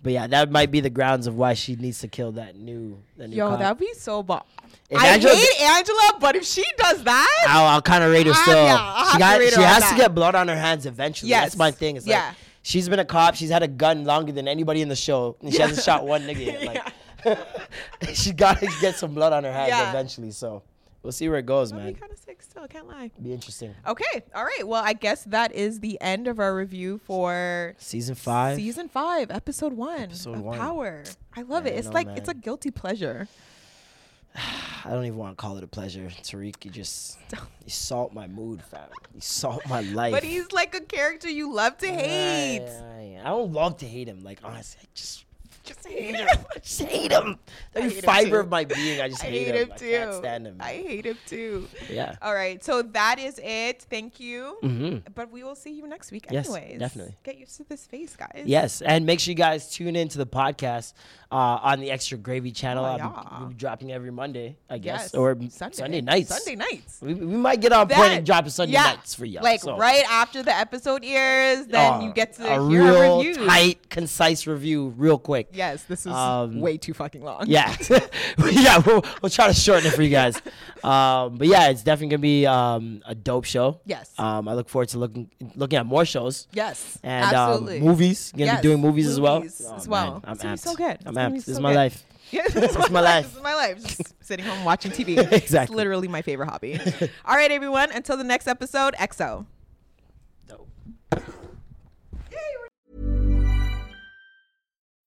S2: But yeah, that might be the grounds of why she needs to kill that new. That new
S1: Yo,
S2: cop.
S1: that'd be so bomb.
S2: If
S1: I
S2: Angela-
S1: hate Angela, but if she does that,
S2: I'll, I'll kind of rate her
S1: Ah,
S2: still.
S1: yeah, I'll have
S2: she
S1: to
S2: got,
S1: rate her
S2: she
S1: on
S2: has
S1: that.
S2: to get blood on her hands eventually.
S1: Yes.
S2: That's my thing. It's
S1: Yeah.
S2: like she's been a cop. She's had a gun longer than anybody in the show, and she hasn't shot one nigga yet. Like, she got to get some blood on her hands
S1: Yeah.
S2: eventually. So we'll see where it goes,
S1: that'd
S2: man.
S1: be kind of sick. Still, can't lie.
S2: Be interesting.
S1: Okay, all right. Well, I guess that is the end of our review for
S2: Season five.
S1: season five, episode one of
S2: one.
S1: Power. I love
S2: Yeah,
S1: it.
S2: I
S1: It's
S2: know,
S1: like it's a
S2: man.
S1: guilty pleasure.
S2: I don't even want to call it a pleasure, Tariq. You just you salt my mood, fam. You salt my life.
S1: But he's like a character you love to hate.
S2: I, I don't love to hate him. Like honestly, I just
S1: Just hate him.
S2: I just hate him. Every
S1: him
S2: fiber
S1: too.
S2: of my being, I just
S1: I
S2: hate,
S1: hate him
S2: I can't
S1: too.
S2: stand him.
S1: I hate him too.
S2: Yeah.
S1: All right. So that is it. Thank you. But we will see you next week,
S2: Mm-hmm. Yes,
S1: anyways.
S2: definitely.
S1: Get used to this face, guys.
S2: Yes, and make sure you guys tune in to the podcast uh, on the Extra Gravy channel.
S1: Oh,
S2: I'll be-
S1: yeah.
S2: we'll be dropping every Monday, I guess,
S1: Yes.
S2: or Sunday, nights.
S1: Sunday nights.
S2: We, we might get on point and drop a Sunday
S1: yeah,
S2: nights for y'all.
S1: Like
S2: so.
S1: right after the episode airs, then
S2: Uh,
S1: you get to
S2: a
S1: hear
S2: real
S1: our reviews.
S2: tight, concise review, real quick.
S1: Yes, this is
S2: Um,
S1: way too fucking long.
S2: Yeah, yeah, we'll, we'll try to shorten it for you guys. Um, but yeah, it's definitely gonna be um, a dope show.
S1: Yes.
S2: um, I look forward to looking looking at more shows.
S1: Yes.
S2: and um,
S1: absolutely.
S2: movies. Gonna
S1: Yes,
S2: be doing movies, as well. Oh,
S1: movies as
S2: man,
S1: well.
S2: I'm
S1: It's gonna be
S2: amped.
S1: so good.
S2: I'm
S1: It's gonna
S2: amped.
S1: be
S2: This is
S1: so
S2: my
S1: good.
S2: life.
S1: Yeah,
S2: That's my life.
S1: This is my life. Just sitting home watching TV. It's
S2: Exactly.
S1: literally my favorite hobby. All right, everyone. Until the next episode, EXO.